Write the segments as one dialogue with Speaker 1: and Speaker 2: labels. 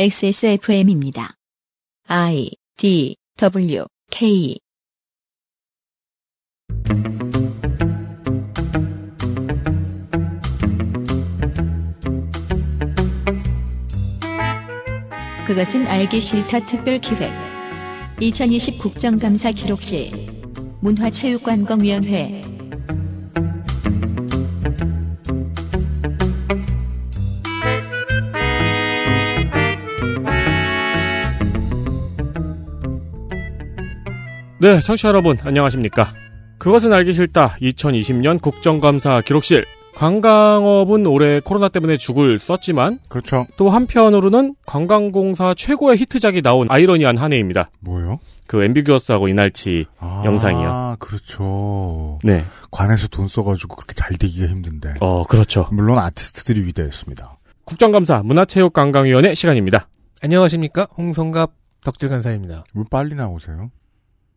Speaker 1: XSFM입니다. I D W K 그것은 알기 싫다 특별 기획 2020 국정감사 기록실 문화체육관광위원회
Speaker 2: 네, 청취자 여러분, 안녕하십니까. 그것은 알기 싫다. 2020년 국정감사 기록실. 관광업은 올해 코로나 때문에 죽을 썼지만,
Speaker 3: 그렇죠.
Speaker 2: 또 한편으로는 관광공사 최고의 히트작이 나온 아이러니한 한 해입니다.
Speaker 3: 뭐요?
Speaker 2: 그 엠비규어스하고 이날치.
Speaker 3: 아,
Speaker 2: 영상이요.
Speaker 3: 그렇죠.
Speaker 2: 네.
Speaker 3: 관에서 돈 써가지고 그렇게 잘 되기가 힘든데.
Speaker 2: 어, 그렇죠.
Speaker 3: 물론 아티스트들이 위대했습니다.
Speaker 2: 국정감사 문화체육관광위원회 시간입니다.
Speaker 4: 안녕하십니까 홍성갑 덕질 간사입니다.
Speaker 3: 왜 빨리 나오세요?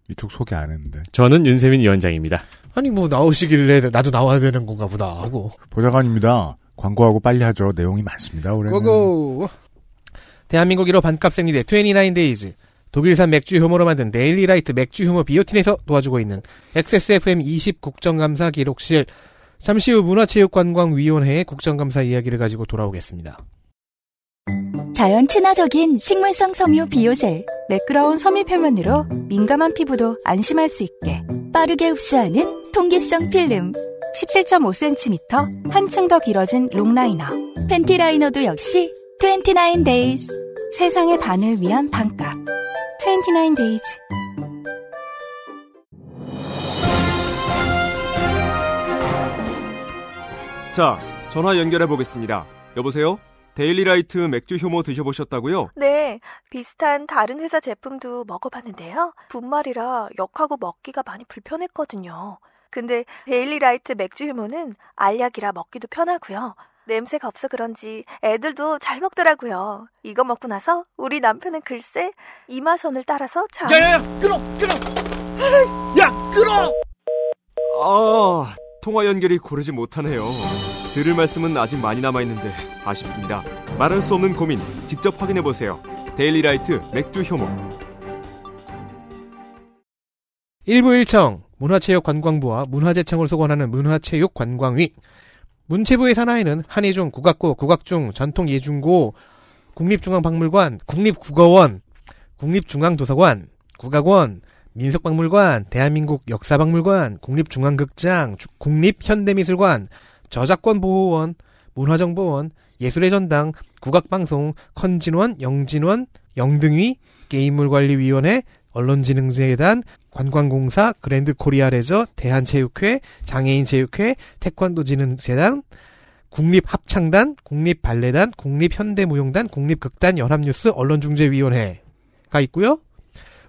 Speaker 3: 이쪽 소개 안 했는데.
Speaker 2: 저는 윤세민 위원장입니다.
Speaker 4: 아니 뭐 나오시길래 나도 나와야 되는 건가 보다 하고
Speaker 3: 보좌관입니다. 광고하고 빨리 하죠. 내용이 많습니다. 올해는.
Speaker 4: 고고 대한민국 1호 반값 생리대 29데이즈 독일산 맥주 효모로 만든 데일리라이트 맥주 효모 비오틴에서 도와주고 있는 XSFM 20 국정감사 기록실 잠시 후 문화체육관광위원회의 국정감사 이야기를 가지고 돌아오겠습니다.
Speaker 5: 자연 친화적인 식물성 섬유 비오셀
Speaker 6: 매끄러운 섬유표면으로 민감한 피부도 안심할 수 있게
Speaker 5: 빠르게 흡수하는 통기성 필름
Speaker 6: 17.5cm 한층 더 길어진 롱라이너
Speaker 5: 팬티 라이너도 역시 29 days
Speaker 6: 세상의 반을 위한 반값 29데이즈
Speaker 7: 자, 전화 연결해 보겠습니다. 여보세요? 데일리라이트 맥주 효모 드셔보셨다고요?
Speaker 8: 네, 비슷한 다른 회사 제품도 먹어봤는데요. 분말이라 역하고 먹기가 많이 불편했거든요. 근데 데일리라이트 맥주 휴모는 알약이라 먹기도 편하고요. 냄새가 없어 그런지 애들도 잘 먹더라고요. 이거 먹고 나서 우리 남편은 글쎄 이마선을 따라서 자.
Speaker 7: 아, 통화 연결이 고르지 못하네요. 들을 말씀은 아직 많이 남아있는데 아쉽습니다. 말할 수 없는 고민 직접 확인해 보세요. 데일리라이트 맥주 효모.
Speaker 4: 1부 1청 문화체육관광부와 문화재청을 소관하는 문화체육관광위 문체부의 산하에는 한의종, 국악고, 국악중, 전통예중고, 국립중앙박물관, 국립국어원, 국립중앙도서관, 국악원, 민속박물관, 대한민국 역사박물관, 국립중앙극장, 주- 국립현대미술관, 저작권보호원, 문화정보원, 예술의 전당, 국악방송, 컨진원, 영진원, 영등위, 게임물관리위원회, 언론진흥재단, 관광공사, 그랜드 코리아 레저, 대한체육회, 장애인체육회, 태권도진흥재단, 국립합창단, 국립발레단, 국립현대무용단, 국립극단, 연합뉴스, 언론중재위원회가 있고요.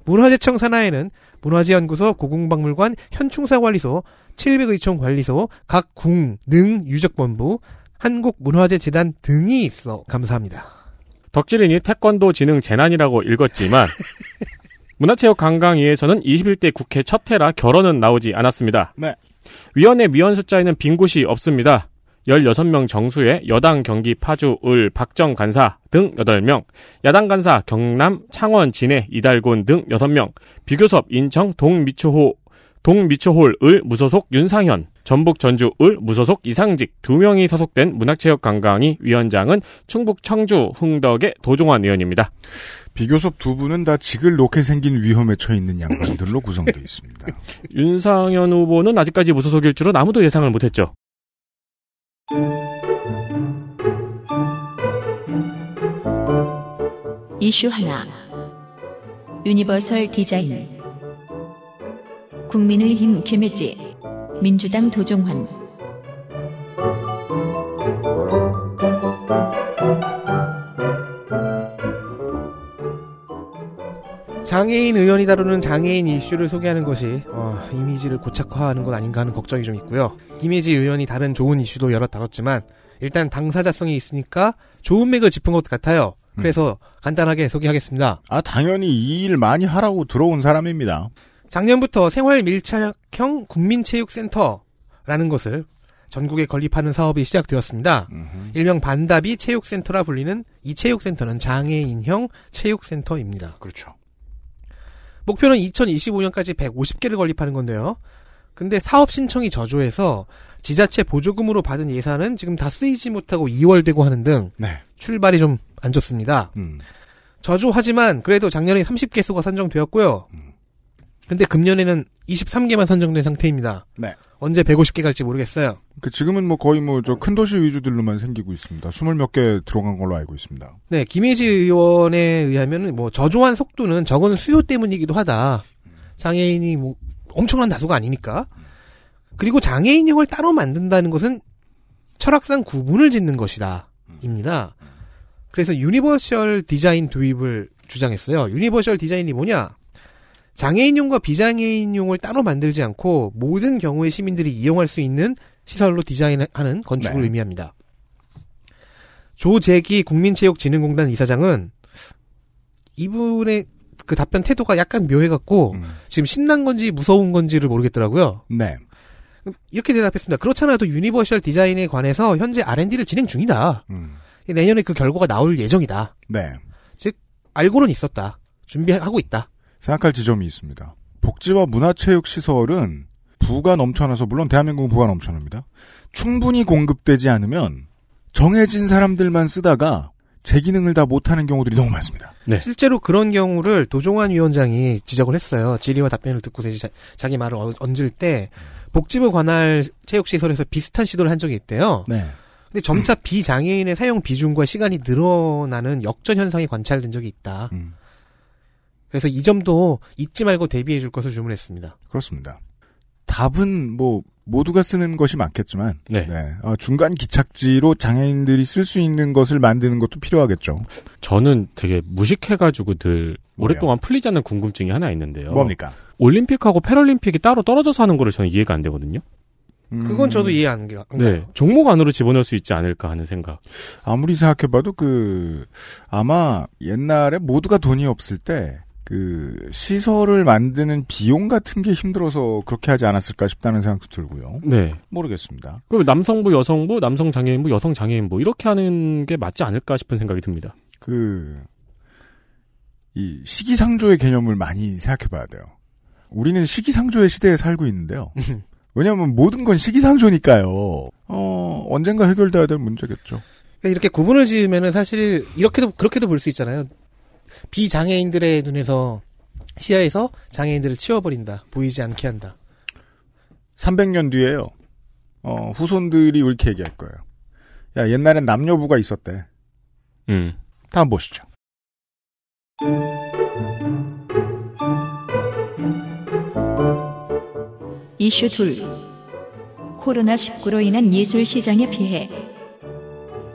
Speaker 4: 문화재청 산하에는 문화재연구소, 고궁박물관, 현충사관리소, 700의총관리소, 각 궁, 능, 유적본부, 한국문화재재단 등이 있어 감사합니다.
Speaker 2: 덕질인이 태권도 지능 재난이라고 읽었지만, 문화체육관광위에서는 21대 국회 첫 해라 결혼은 나오지 않았습니다.
Speaker 3: 네.
Speaker 2: 위원회 위원 숫자에는 빈 곳이 없습니다. 16명 정수에 여당 경기 파주 을 박정 간사 등 8명, 야당 간사 경남 창원 진해 이달곤 등 6명, 비교섭 인청 동미초호 동미초홀 을 무소속 윤상현, 전북 전주 을 무소속 이상직 2명이 소속된 문학체육관광위 위원장은 충북 청주 흥덕의 도종환 의원입니다.
Speaker 3: 비교섭 두 분은 다 직을 놓게 생긴 위험에 처해 있는 양반들로 구성되어 있습니다.
Speaker 2: 윤상현 후보는 아직까지 무소속일 줄은 아무도 예상을 못했죠.
Speaker 1: 이슈 하나 유니버설 디자인 국민의힘 김혜지 민주당 도종환
Speaker 4: 장애인 의원이 다루는 장애인 이슈를 소개하는 것이 어, 이미지를 고착화하는 건 아닌가 하는 걱정이 좀 있고요. 김혜지 의원이 다른 좋은 이슈도 여러 다뤘지만 일단 당사자성이 있으니까 좋은 맥을 짚은 것 같아요. 그래서
Speaker 3: 음.
Speaker 4: 간단하게 소개하겠습니다.
Speaker 3: 아, 당연히 이 일 많이 하라고 들어온 사람입니다.
Speaker 4: 작년부터 생활 밀착형 국민체육센터라는 것을 전국에 건립하는 사업이 시작되었습니다.
Speaker 3: 음흠.
Speaker 4: 일명 반답이 체육센터라 불리는 이 체육센터는 장애인형 체육센터입니다.
Speaker 3: 그렇죠.
Speaker 4: 목표는 2025년까지 150개를 건립하는 건데요. 근데 사업 신청이 저조해서 지자체 보조금으로 받은 예산은 지금 다 쓰이지 못하고 이월되고 하는 등
Speaker 3: 네.
Speaker 4: 출발이 좀 안 좋습니다.
Speaker 3: 음.
Speaker 4: 저조하지만 그래도 작년에 30개소가 선정되었고요. 근데 금년에는 23개만 선정된 상태입니다.
Speaker 3: 네.
Speaker 4: 언제 150개 갈지 모르겠어요.
Speaker 3: 그 지금은 뭐 거의 뭐 저 큰 도시 위주들로만 생기고 있습니다. 스물 몇 개 들어간 걸로 알고 있습니다.
Speaker 4: 네, 김혜지 의원에 의하면 뭐 저조한 속도는 적은 수요 때문이기도 하다. 장애인이 뭐 엄청난 다수가 아니니까. 그리고 장애인형을 따로 만든다는 것은 철학상 구분을 짓는 것이다. 입니다. 그래서 유니버셜 디자인 도입을 주장했어요. 유니버셜 디자인이 뭐냐? 장애인용과 비장애인용을 따로 만들지 않고 모든 경우에 시민들이 이용할 수 있는 시설로 디자인하는 건축을
Speaker 3: 네.
Speaker 4: 의미합니다. 조재기 국민체육진흥공단 이사장은 이분의 그 답변 태도가 약간 묘해갖고
Speaker 3: 음.
Speaker 4: 지금 신난 건지 무서운 건지를 모르겠더라고요.
Speaker 3: 네.
Speaker 4: 이렇게 대답했습니다. 그렇잖아도 유니버셜 디자인에 관해서 현재 R&D를 진행 중이다.
Speaker 3: 음.
Speaker 4: 내년에 그 결과가 나올 예정이다.
Speaker 3: 네.
Speaker 4: 알고는 있었다. 준비하고 있다.
Speaker 3: 생각할 지점이 있습니다. 복지와 문화체육 시설은 부가 넘쳐나서 물론 대한민국은 부가 넘쳐납니다. 충분히 공급되지 않으면 정해진 사람들만 쓰다가 제 기능을 다 못하는 경우들이 너무 많습니다.
Speaker 4: 실제로 그런 경우를 도종환 위원장이 지적을 했어요. 질의와 답변을 듣고서 이제 자, 기 말을 얹- 얹을 때 복지부 관할 체육시설에서 비슷한 시도를 한 적이 있대요.
Speaker 3: 네.
Speaker 4: 근데 점차 비장애인의 사용 비중과 시간이 늘어나는 역전 현상이 관찰된 적이 있다.
Speaker 3: 음,
Speaker 4: 그래서 이 점도 잊지 말고 대비해 줄 것을 주문했습니다.
Speaker 3: 그렇습니다. 답은 뭐 모두가 쓰는 것이 많겠지만
Speaker 2: 네.
Speaker 3: 네. 아, 중간 기착지로 장애인들이 쓸 수 있는 것을 만드는 것도 필요하겠죠.
Speaker 2: 저는 되게 무식해가지고 늘
Speaker 3: 뭐예요?
Speaker 2: 오랫동안 풀리지 않는 궁금증이 하나 있는데요.
Speaker 3: 뭡니까?
Speaker 2: 올림픽하고 패럴림픽이 따로 떨어져서 하는 거를 저는 이해가 안 되거든요.
Speaker 3: 음,
Speaker 4: 그건 저도 이해 안 가요.
Speaker 2: 네. 종목 안으로 집어넣을 수 있지 않을까 하는 생각.
Speaker 3: 아무리 생각해봐도 그 아마 옛날에 모두가 돈이 없을 때 그 시설을 만드는 비용 같은 게 힘들어서 그렇게 하지 않았을까 싶다는 생각도 들고요.
Speaker 2: 네.
Speaker 3: 모르겠습니다.
Speaker 2: 그럼 남성부, 여성부, 남성 장애인부, 여성 장애인부 이렇게 하는 게 맞지 않을까 싶은 생각이 듭니다.
Speaker 3: 그 이 시기상조의 개념을 많이 생각해봐야 돼요. 우리는 시기상조의 시대에 살고 있는데요. 왜냐하면 모든 건 시기상조니까요. 어 언젠가 해결돼야 될 문제겠죠.
Speaker 4: 그러니까 이렇게 구분을 지으면은 사실 이렇게도 그렇게도 볼 수 있잖아요. 비장애인들의 눈에서 시야에서 장애인들을 치워버린다. 보이지 않게 한다.
Speaker 3: 300년 뒤에요. 어, 후손들이 이렇게 얘기할 거예요. 야, 옛날엔 남녀부가 있었대.
Speaker 2: 음.
Speaker 3: 다음 보시죠.
Speaker 1: 이슈 둘 코로나19로 인한 예술 시장의 피해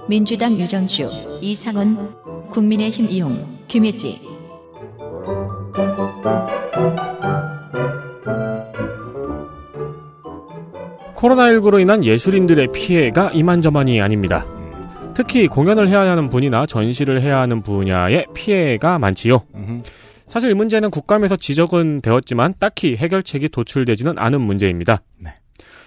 Speaker 1: 민주당 유정주, 이상원, 국민의힘 이용, 김혜지
Speaker 2: 코로나19로 인한 예술인들의 피해가 이만저만이 아닙니다. 특히 공연을 해야 하는 분이나 전시를 해야 하는 분야의 피해가 많지요. 사실 이 문제는 국감에서 지적은 되었지만 딱히 해결책이 도출되지는 않은 문제입니다.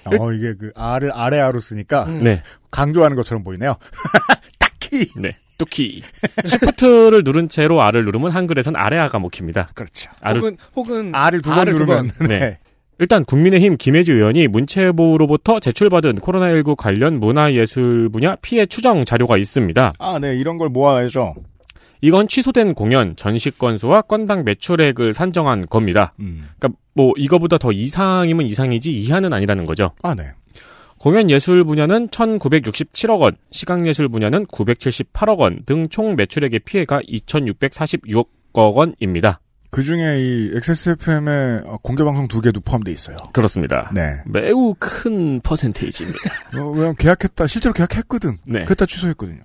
Speaker 3: 어, 이게 그 R을 아래 R로 쓰니까
Speaker 2: 네.
Speaker 3: 강조하는 것처럼 보이네요. 딱히!
Speaker 2: 네. 뚜키. 시프트를 누른 채로 R을 누르면 한글에선 아래아가 먹힙니다.
Speaker 3: 그렇죠.
Speaker 2: R을
Speaker 4: 혹은 혹은
Speaker 3: R을 두 번
Speaker 4: R을 두
Speaker 3: 누르면.
Speaker 2: 네. 일단 국민의힘 김혜지 의원이 문체부로부터 제출받은 코로나19 관련 문화예술 분야 피해 추정 자료가 있습니다.
Speaker 3: 아, 네. 이런 걸 모아야죠.
Speaker 2: 이건 취소된 공연, 전시 건수와 건당 매출액을 산정한 겁니다.
Speaker 3: 음.
Speaker 2: 그러니까 뭐 이거보다 더 이상이면 이상이지 이하는 아니라는 거죠.
Speaker 3: 아, 네.
Speaker 2: 공연 예술 분야는 1,967억 원, 시각 예술 분야는 978억 원 등 총 매출액의 피해가 2,646억 원입니다.
Speaker 3: 그 중에 이 XSFM의 공개방송 두 개도 포함되어 있어요.
Speaker 2: 그렇습니다.
Speaker 3: 네.
Speaker 2: 매우 큰 퍼센테이지입니다.
Speaker 3: 어, 왜냐면 계약했다. 실제로 계약했거든.
Speaker 2: 네.
Speaker 3: 그랬다 취소했거든요.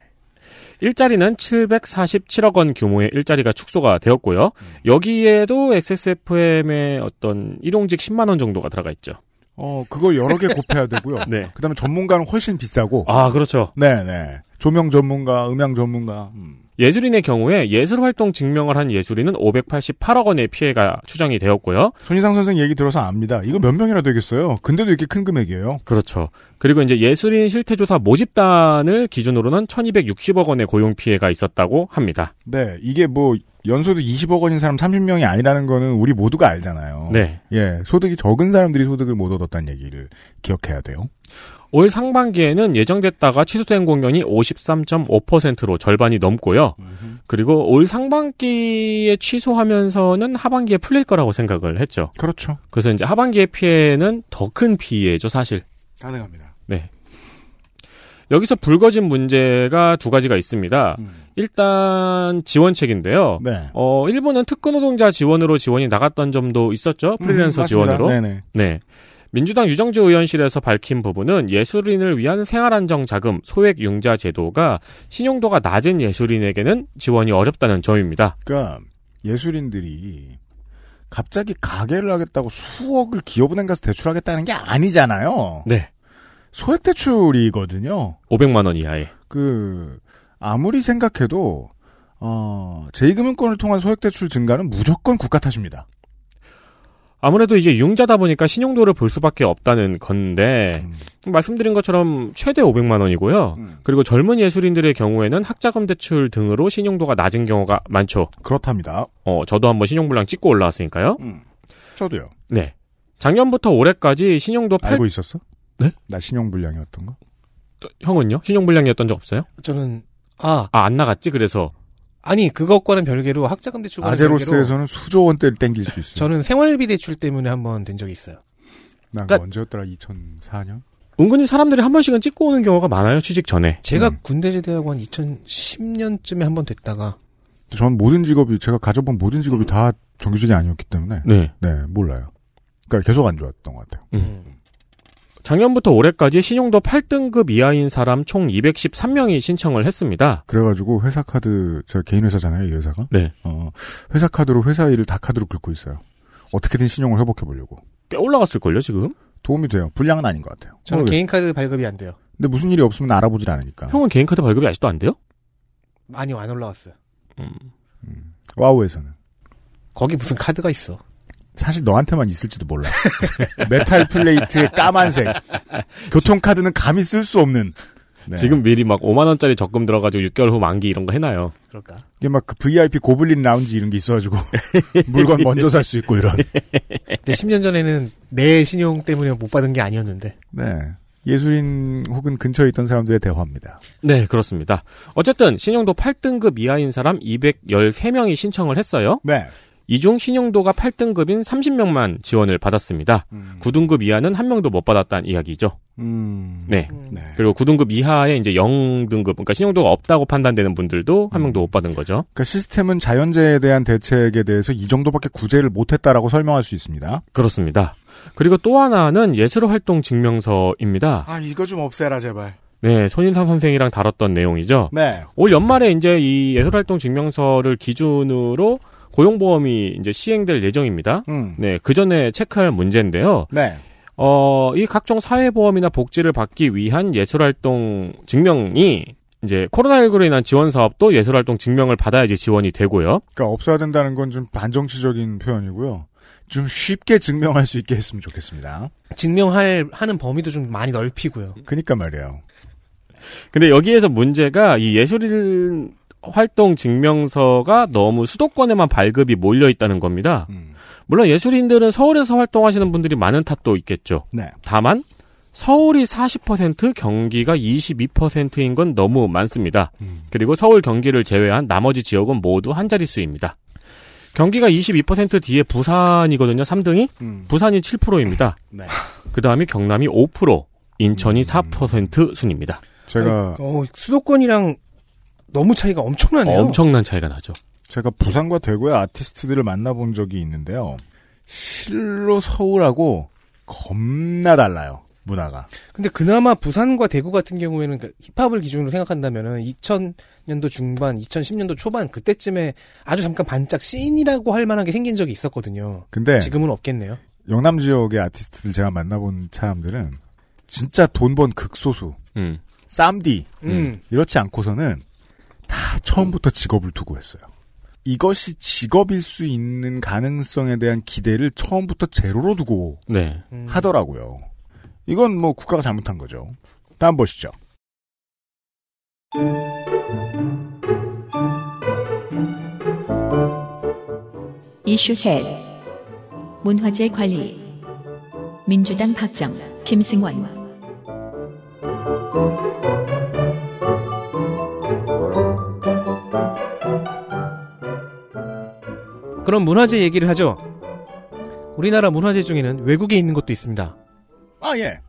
Speaker 2: 일자리는 747억 원 규모의 일자리가 축소가 되었고요. 여기에도 XSFM의 어떤 일용직 10만 원 정도가 들어가 있죠.
Speaker 3: 어, 그걸 여러 개 곱해야 되고요.
Speaker 2: 네.
Speaker 3: 그 다음에 전문가는 훨씬 비싸고.
Speaker 2: 아, 그렇죠.
Speaker 3: 네네. 조명 전문가, 음향 전문가. 음.
Speaker 2: 예술인의 경우에 예술활동 증명을 한 예술인은 588억 원의 피해가 추정이 되었고요.
Speaker 3: 손희상 선생 얘기 들어서 압니다. 이거 몇 명이나 되겠어요. 근데도 이렇게 큰 금액이에요.
Speaker 2: 그렇죠. 그리고 이제 예술인 실태조사 모집단을 기준으로는 1260억 원의 고용 피해가 있었다고 합니다.
Speaker 3: 네, 이게 뭐 연소득 20억 원인 사람 30명이 아니라는 거는 우리 모두가 알잖아요.
Speaker 2: 네.
Speaker 3: 예, 소득이 적은 사람들이 소득을 못 얻었다는 얘기를 기억해야 돼요.
Speaker 2: 올 상반기에는 예정됐다가 취소된 공연이 53.5%로 절반이 넘고요. 그리고 올 상반기에 취소하면서는 하반기에 풀릴 거라고 생각을 했죠.
Speaker 3: 그렇죠.
Speaker 2: 그래서 이제 하반기의 피해는 더 큰 피해죠, 사실.
Speaker 3: 가능합니다.
Speaker 2: 네. 여기서 불거진 문제가 두 가지가 있습니다.
Speaker 3: 음.
Speaker 2: 일단 지원책인데요.
Speaker 3: 네.
Speaker 2: 어, 일본은 특근노동자 지원으로 지원이 나갔던 점도 있었죠. 프리랜서
Speaker 3: 음, 맞습니다.
Speaker 2: 지원으로.
Speaker 3: 네네.
Speaker 2: 네. 민주당 유정주 의원실에서 밝힌 부분은 예술인을 위한 생활안정자금 소액융자 제도가 신용도가 낮은 예술인에게는 지원이 어렵다는 점입니다.
Speaker 3: 그러니까 예술인들이 갑자기 가게를 하겠다고 수억을 기업은행 가서 대출하겠다는 게 아니잖아요.
Speaker 2: 네.
Speaker 3: 소액 대출이거든요.
Speaker 2: 500만 원 이하에.
Speaker 3: 그 아무리 생각해도 어, 제2금융권을 통한 소액 대출 증가는 무조건 국가 탓입니다.
Speaker 2: 아무래도 이게 융자다 보니까 신용도를 볼 수밖에 없다는 건데
Speaker 3: 음.
Speaker 2: 말씀드린 것처럼 최대 500만 원이고요.
Speaker 3: 음.
Speaker 2: 그리고 젊은 예술인들의 경우에는 학자금 대출 등으로 신용도가 낮은 경우가 많죠.
Speaker 3: 그렇답니다.
Speaker 2: 어, 저도 한번 신용불량 찍고 올라왔으니까요.
Speaker 3: 저도요.
Speaker 2: 네. 작년부터 올해까지 신용도 8
Speaker 3: 알고 있었어?
Speaker 2: 네?
Speaker 3: 나 신용불량이었던 거?
Speaker 2: 형은요? 신용불량이었던 적 없어요?
Speaker 4: 저는 아
Speaker 2: 아, 안 나갔지. 그래서
Speaker 4: 아니 그것과는 별개로 학자금 대출과
Speaker 3: 아제로스에서는 수조 원대를 땡길 수 있어요.
Speaker 4: 저는 생활비 대출 때문에 한 번 된 적이 있어요.
Speaker 3: 난
Speaker 2: 그러니까-
Speaker 3: 언제였더라? 2004년?
Speaker 2: 은근히 사람들이 한 번씩은 찍고 오는 경우가 많아요. 취직 전에.
Speaker 4: 제가
Speaker 3: 음.
Speaker 4: 군대 제대하고 한 2010년쯤에 한 번 됐다가
Speaker 3: 전 모든 직업이 제가 가져본 모든 직업이 다 정규직이 아니었기 때문에
Speaker 2: 네.
Speaker 3: 네 몰라요. 그러니까 계속 안 좋았던 것 같아요.
Speaker 4: 음,
Speaker 2: 작년부터 올해까지 신용도 8등급 이하인 사람 총 213명이 신청을 했습니다.
Speaker 3: 그래가지고 회사 카드 제가 개인 회사잖아요 이 회사가.
Speaker 2: 네.
Speaker 3: 어, 회사 카드로 회사 일을 다 카드로 긁고 있어요. 어떻게든 신용을 회복해 보려고
Speaker 2: 꽤 올라갔을걸요, 지금?
Speaker 3: 도움이 돼요. 불량은 아닌 것 같아요.
Speaker 4: 저는
Speaker 3: 모르겠어요.
Speaker 4: 개인 카드 발급이 안 돼요.
Speaker 3: 근데 무슨 일이 없으면 알아보질 않으니까.
Speaker 2: 형은 개인카드 발급이 아직도 안 돼요?
Speaker 4: 많이 안 올라왔어요.
Speaker 3: 와우에서는
Speaker 4: 거기 무슨 카드가 있어?
Speaker 3: 사실 너한테만 있을지도 몰라. 메탈 플레이트의 까만색 교통카드는 감히 쓸 수 없는. 네.
Speaker 2: 지금 미리 막 5만원짜리 적금 들어가지고 6개월 후 만기 이런 거 해놔요.
Speaker 4: 그럴까?
Speaker 3: 이게 막 그 VIP 고블린 라운지 이런 게 있어가지고 물건 먼저 살 수 있고 이런.
Speaker 4: 근데 10년 전에는 내 신용 때문에 못 받은 게 아니었는데
Speaker 3: 네. 예술인 혹은 근처에 있던 사람들의 대화입니다.
Speaker 2: 네, 그렇습니다. 어쨌든 신용도 8등급 이하인 사람 213명이 신청을 했어요.
Speaker 3: 네.
Speaker 2: 이 중 신용도가 8등급인 30명만 지원을 받았습니다. 9등급 이하는 한 명도 못 받았다는 이야기죠.
Speaker 3: 음.
Speaker 2: 네.
Speaker 3: 네.
Speaker 2: 그리고 9등급 이하에 이제 0등급, 그러니까 신용도가 없다고 판단되는 분들도 한 명도 못 받은 거죠.
Speaker 3: 그러니까 시스템은 자연재해에 대한 대책에 대해서 이 정도밖에 구제를 못했다라고 설명할 수 있습니다.
Speaker 2: 그렇습니다. 그리고 또 하나는 예술활동 증명서입니다.
Speaker 3: 아 이거 좀 없애라 제발.
Speaker 2: 네, 손인상 선생이랑 다뤘던 내용이죠.
Speaker 3: 네.
Speaker 2: 올 연말에 이제 이 예술활동 증명서를 기준으로 고용보험이 이제 시행될 예정입니다.
Speaker 3: 음.
Speaker 2: 네, 그 전에 체크할 문제인데요.
Speaker 3: 네.
Speaker 2: 어, 이 각종 사회보험이나 복지를 받기 위한 예술활동 증명이 이제 코로나19로 인한 지원 사업도 예술활동 증명을 받아야지 지원이 되고요.
Speaker 3: 그러니까 없어야 된다는 건 좀 반정치적인 표현이고요. 좀 쉽게 증명할 수 있게 했으면 좋겠습니다.
Speaker 4: 증명할 하는 범위도 좀 많이 넓히고요.
Speaker 3: 그니까 말이에요.
Speaker 2: 근데 여기에서 문제가 이 예술인 활동 증명서가 너무 수도권에만 발급이 몰려 있다는 겁니다.
Speaker 3: 음.
Speaker 2: 물론 예술인들은 서울에서 활동하시는 분들이 많은 탓도 있겠죠.
Speaker 3: 네.
Speaker 2: 다만 서울이 40%, 경기가 22%인 건 너무 많습니다. 그리고 서울 경기를 제외한 나머지 지역은 모두 한 자릿수입니다. 경기가 22% 뒤에 부산이거든요. 3등이
Speaker 3: 음.
Speaker 2: 부산이 7%입니다.
Speaker 3: 네. 음.
Speaker 2: 그 다음에 경남이 5%, 인천이 4% 순입니다.
Speaker 3: 제가
Speaker 4: 아니, 어, 수도권이랑 너무 차이가 엄청나네요.
Speaker 2: 엄청난 차이가 나죠.
Speaker 4: 그-
Speaker 3: 제가 부산과 대구의 아티스트들을 만나본 적이 있는데요. 실로 서울하고 겁나 달라요. 문화가.
Speaker 4: 근데 그나마 부산과 대구 같은 경우에는 그 힙합을 기준으로 생각한다면은 2000년도 중반, 2010년도 초반 그때쯤에 아주 잠깐 반짝 씬이라고 할 만한 게 생긴 적이 있었거든요.
Speaker 3: 근데
Speaker 4: 지금은 없겠네요.
Speaker 3: 영남 지역의 아티스트들 제가 만나본 사람들은 진짜 돈 번 극소수,
Speaker 2: 음.
Speaker 3: 쌈디
Speaker 4: 음.
Speaker 3: 이렇지 않고서는 다 처음부터 직업을 두고 했어요. 이것이 직업일 수 있는 가능성에 대한 기대를 처음부터 제로로 두고
Speaker 2: 네.
Speaker 4: 음.
Speaker 3: 하더라고요. 이건 뭐 국가가 잘못한 거죠. 다음 보시죠.
Speaker 1: 이슈 셋 문화재 관리 민주당 박정 김승원
Speaker 4: 그럼 문화재 얘기를 하죠. 우리나라 문화재 중에는 외국에 있는 것도 있습니다.
Speaker 3: 아 예.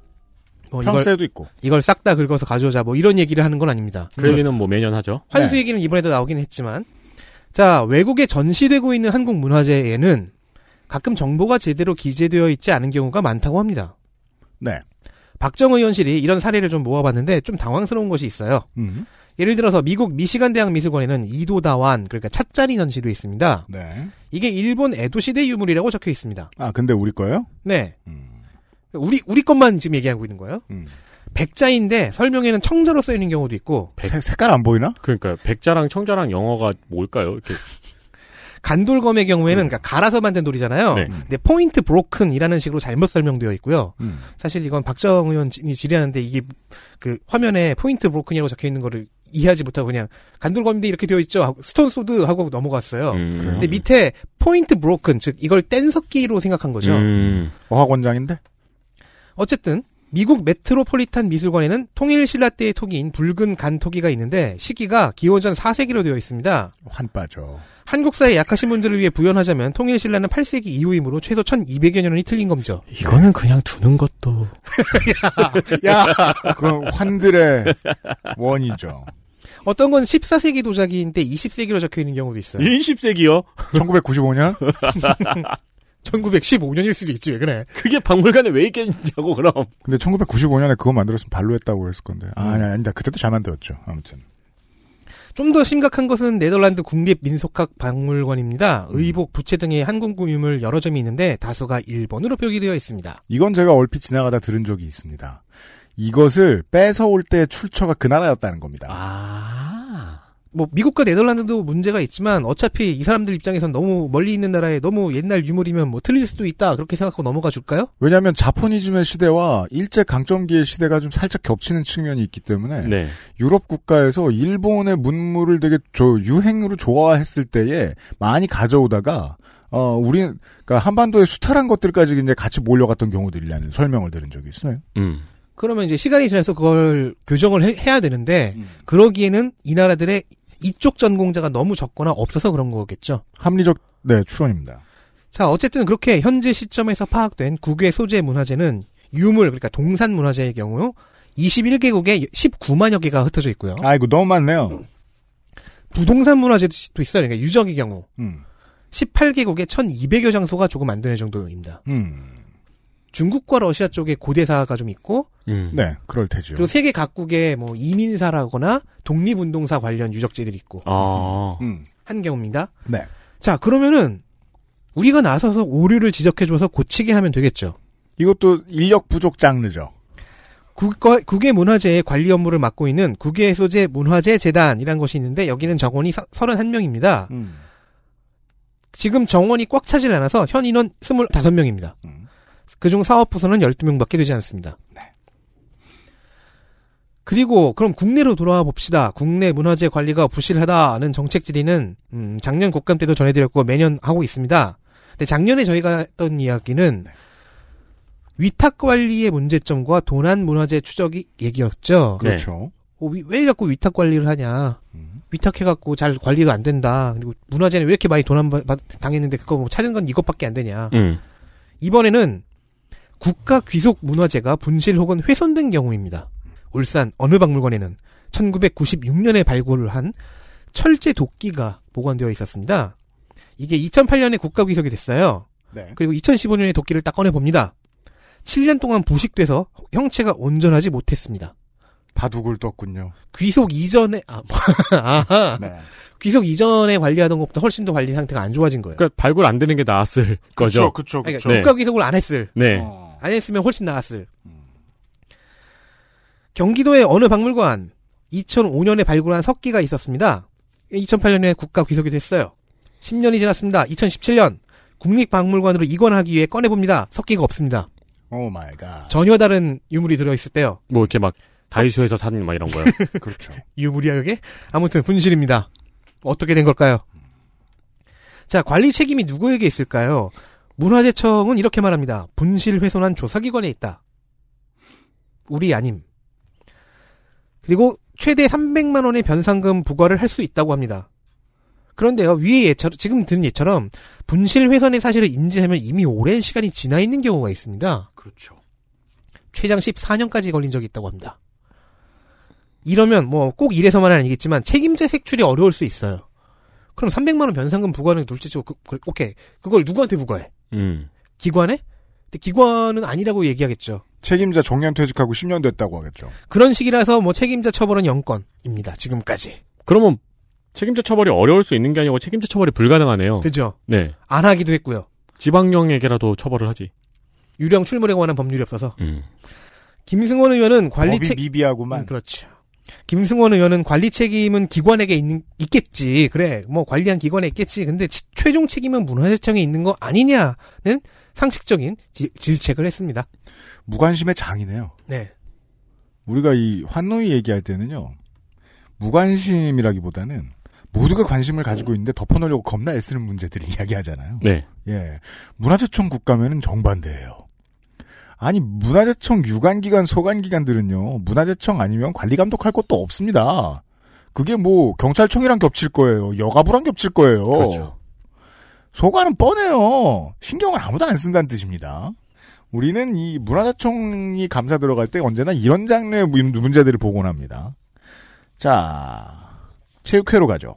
Speaker 4: 뭐 이걸
Speaker 3: 프랑스에도 있고.
Speaker 4: 이걸 싹 다 긁어서 가져오자 뭐 이런 얘기를 하는 건 아닙니다.
Speaker 2: 그 얘기는 뭐 매년 하죠.
Speaker 4: 환수
Speaker 3: 네.
Speaker 4: 얘기는 이번에도 나오긴 했지만 자 외국에 전시되고 있는 한국 문화재에는 가끔 정보가 제대로 기재되어 있지 않은 경우가 많다고 합니다.
Speaker 3: 네.
Speaker 4: 박정 의원실이 이런 사례를 좀 모아봤는데 좀 당황스러운 것이 있어요.
Speaker 3: 음.
Speaker 4: 예를 들어서 미국 미시간 대학 미술관에는 이도다완 그러니까 찻자리 전시도 있습니다.
Speaker 3: 네.
Speaker 4: 이게 일본 에도 시대 유물이라고 적혀 있습니다.
Speaker 3: 아 근데 우리 거예요?
Speaker 4: 네,
Speaker 3: 음.
Speaker 4: 우리 우리 것만 지금 얘기하고 있는 거예요.
Speaker 3: 음.
Speaker 4: 백자인데 설명에는 청자로 써 있는 경우도 있고
Speaker 3: 색- 색깔 안 보이나?
Speaker 2: 그러니까 백자랑 청자랑 영어가 뭘까요? 이렇게
Speaker 4: 간돌검의 경우에는 그러니까 갈아서 만든 돌이잖아요.
Speaker 2: 네.
Speaker 4: 근데 포인트 브로큰이라는 식으로 잘못 설명되어 있고요.
Speaker 3: 음.
Speaker 4: 사실 이건 박정 의원이 질의하는데 이게 그 화면에 포인트 브로큰이라고 적혀 있는 거를 이해하지 못하고 그냥 간돌검인데 이렇게 되어 있죠. 하고 스톤 소드 하고 넘어갔어요.
Speaker 2: 음.
Speaker 3: 아, 그래요?
Speaker 4: 근데 밑에 포인트 브로큰 즉 이걸 뗀석기로 생각한 거죠.
Speaker 2: 음.
Speaker 3: 어학원장인데?
Speaker 4: 어쨌든 미국 메트로폴리탄 미술관에는 통일 신라 때의 토기인 붉은 간토기가 있는데 시기가 기원전 4세기로 되어 있습니다.
Speaker 3: 환 빠져.
Speaker 4: 한국사에 약하신 분들을 위해 부연하자면 통일 신라는 8세기 이후이므로 최소 1200여 년이 틀린 검죠.
Speaker 2: 이거는 그냥 두는 것도
Speaker 4: 야,
Speaker 3: 그건 환들의 원이죠.
Speaker 4: 어떤 건 14세기 도자기인데 20세기로 적혀 있는 경우도 있어요.
Speaker 3: 네.
Speaker 2: 20세기요?
Speaker 3: 1995년?
Speaker 4: 1915년일 수도 있지 왜 그래?
Speaker 2: 그게 박물관에 왜 있겠냐고 그럼.
Speaker 3: 근데 1995년에 그거 만들었으면 발로 했다고 그랬을 건데. 아, 아니, 아니다. 그때도 잘 만들었죠. 아무튼.
Speaker 4: 좀 더 심각한 것은 네덜란드 국립민속학 박물관입니다. 의복, 부채 등의 한국 유물 여러 점이 있는데 다수가 일본으로 표기되어 있습니다.
Speaker 3: 이건 제가 얼핏 지나가다 들은 적이 있습니다. 이것을 뺏어올 때 출처가 그 나라였다는 겁니다.
Speaker 2: 아.
Speaker 4: 뭐 미국과 네덜란드도 문제가 있지만 어차피 이 사람들 입장에선 너무 멀리 있는 나라에 너무 옛날 유물이면 뭐 틀릴 수도 있다 그렇게 생각하고 넘어가 줄까요?
Speaker 3: 왜냐하면 자포니즘의 시대와 일제 강점기의 시대가 좀 살짝 겹치는 측면이 있기 때문에
Speaker 2: 네.
Speaker 3: 유럽 국가에서 일본의 문물을 되게 저 유행으로 좋아했을 때에 많이 가져오다가 어 우리 그러니까 한반도의 수탈한 것들까지 이제 같이 몰려갔던 경우들이라는 설명을 들은 적이 있어요.
Speaker 2: 음.
Speaker 4: 그러면 이제 시간이 지나서 그걸 교정을 해, 야 되는데 그러기에는 이 나라들의 이쪽 전공자가 너무 적거나 없어서 그런 거겠죠.
Speaker 3: 합리적 네 추론입니다.
Speaker 4: 자 어쨌든 그렇게 현재 시점에서 파악된 국외 소재 문화재는 유물 그러니까 동산 문화재의 경우 21개국에 19만여 개가 흩어져 있고요.
Speaker 3: 아이고 너무 많네요.
Speaker 4: 부동산 문화재도 있어요. 그러니까 유적의 경우
Speaker 3: 음,
Speaker 4: 18개국에 1,200여 장소가 조금 안 되는 정도입니다.
Speaker 3: 음,
Speaker 4: 중국과 러시아 쪽에 고대사가 좀 있고
Speaker 2: 음.
Speaker 3: 네 그럴 테지요.
Speaker 4: 그리고 세계 각국의 뭐 이민사라거나 독립운동사 관련 유적지들이 있고
Speaker 2: 아.
Speaker 3: 음,
Speaker 4: 한 경우입니다.
Speaker 3: 네.
Speaker 4: 자 그러면은 우리가 나서서 오류를 지적해줘서 고치게 하면 되겠죠.
Speaker 3: 이것도 인력 부족 장르죠.
Speaker 4: 국가, 국외 문화재의 관리 업무를 맡고 있는 국외 소재 문화재 재단이라는 것이 있는데 여기는 정원이 서- 31명입니다.
Speaker 3: 음,
Speaker 4: 지금 정원이 꽉 차질 않아서 현 인원 25명입니다.
Speaker 3: 음.
Speaker 4: 그중 사업부서는 12명밖에 되지 않습니다. 그리고 그럼 국내로 돌아와 봅시다. 국내 문화재 관리가 부실하다는 정책 질의는 음, 작년 국감 때도 전해드렸고 매년 하고 있습니다. 근데 작년에 저희가 했던 이야기는 위탁 관리의 문제점과 도난 문화재 추적이 얘기였죠.
Speaker 2: 네.
Speaker 3: 그렇죠.
Speaker 4: 어, 위- 왜 자꾸 위탁 관리를 하냐? 위탁해갖고 잘 관리가 안 된다. 그리고 문화재는 왜 이렇게 많이 도난 바- 바- 당했는데 그거 뭐 찾은 건 이것밖에 안 되냐?
Speaker 2: 음.
Speaker 4: 이번에는 국가 귀속 문화재가 분실 혹은 훼손된 경우입니다. 울산 어느 박물관에는 1996년에 발굴을 한 철제 도끼가 보관되어 있었습니다. 이게 2008년에 국가 귀속이 됐어요.
Speaker 3: 네.
Speaker 4: 그리고 2015년에 도끼를 딱 꺼내 봅니다. 7년 동안 보식돼서 형체가 온전하지 못했습니다.
Speaker 3: 바둑을 떴군요.
Speaker 4: 귀속 이전에 아, 아하.
Speaker 3: 네.
Speaker 4: 귀속 이전에 관리하던 것보다 훨씬 더 관리 상태가 안 좋아진 거예요.
Speaker 2: 그러니까 발굴 안 되는 게 나았을 거죠.
Speaker 3: 그렇죠,
Speaker 4: 아니, 그러니까
Speaker 2: 네.
Speaker 4: 국가 귀속을 안 했을
Speaker 2: 네.
Speaker 3: 어.
Speaker 4: 안 했으면 훨씬 나았을.
Speaker 3: 음.
Speaker 4: 경기도의 어느 박물관 2005년에 발굴한 석기가 있었습니다. 2008년에 국가 귀속이 됐어요. 10년이 지났습니다. 2017년 국립박물관으로 이관하기 위해 꺼내봅니다. 석기가 없습니다.
Speaker 3: 오 마이 갓.
Speaker 4: 전혀 다른 유물이 들어있을 때요.
Speaker 2: 뭐 이렇게 막 다이소에서 산 막 이런 거요.
Speaker 3: 그렇죠.
Speaker 4: 유물이야 그게? 아무튼 분실입니다. 어떻게 된 걸까요? 자, 관리 책임이 누구에게 있을까요? 문화재청은 이렇게 말합니다. 분실 훼손한 조사기관에 있다. 우리 아님. 그리고 최대 300만 원의 변상금 부과를 할 수 있다고 합니다. 그런데요, 위에 예처럼, 지금 들은 예처럼 분실 훼손의 사실을 인지하면 이미 오랜 시간이 지나 있는 경우가 있습니다.
Speaker 3: 그렇죠.
Speaker 4: 최장 14년까지 걸린 적이 있다고 합니다. 이러면 뭐 꼭 이래서만은 아니겠지만 책임자 색출이 어려울 수 있어요. 그럼 300만 원 변상금 부과는 둘째치고 그, 그- 오케이 그걸 누구한테 부과해?
Speaker 2: 음.
Speaker 4: 기관에? 근데 기관은 아니라고 얘기하겠죠.
Speaker 3: 책임자 정년 퇴직하고 10년 됐다고 하겠죠.
Speaker 4: 그런 식이라서 뭐 책임자 처벌은 영건입니다. 지금까지
Speaker 2: 그러면 책임자 처벌이 어려울 수 있는 게 아니고 책임자 처벌이 불가능하네요.
Speaker 4: 그죠?
Speaker 2: 네.
Speaker 4: 안 하기도 했고요.
Speaker 2: 지방령에게라도 처벌을 하지.
Speaker 4: 유령 출몰에 관한 법률이 없어서
Speaker 2: 음.
Speaker 4: 김승원 의원은 관리
Speaker 3: 법이
Speaker 4: 책
Speaker 3: 미비하고만.
Speaker 4: 음, 그렇죠. 김승원 의원은 관리 책임은 기관에게 있는, 있겠지. 그래, 뭐 관리한 기관에 있겠지. 근데 치- 최종 책임은 문화재청에 있는 거 아니냐는 상식적인 지- 질책을 했습니다.
Speaker 3: 무관심의 장이네요.
Speaker 4: 네.
Speaker 3: 우리가 이 환노이 얘기할 때는요. 무관심이라기보다는 모두가 관심을 가지고 있는데 덮어놓으려고 겁나 애쓰는 문제들 이야기하잖아요.
Speaker 2: 네.
Speaker 3: 예. 문화재청 국가면은 정반대예요. 아니 문화재청 유관기관 소관기관들은요 문화재청 아니면 관리 감독할 것도 없습니다. 그게 뭐 경찰청이랑 겹칠 거예요, 여가부랑 겹칠 거예요.
Speaker 2: 그렇죠.
Speaker 3: 소관은 뻔해요. 신경을 아무도 안 쓴다는 뜻입니다. 우리는 이 문화재청이 감사 들어갈 때 언제나 이런 장르의 문- 문제들을 보곤 합니다. 자, 체육회로 가죠.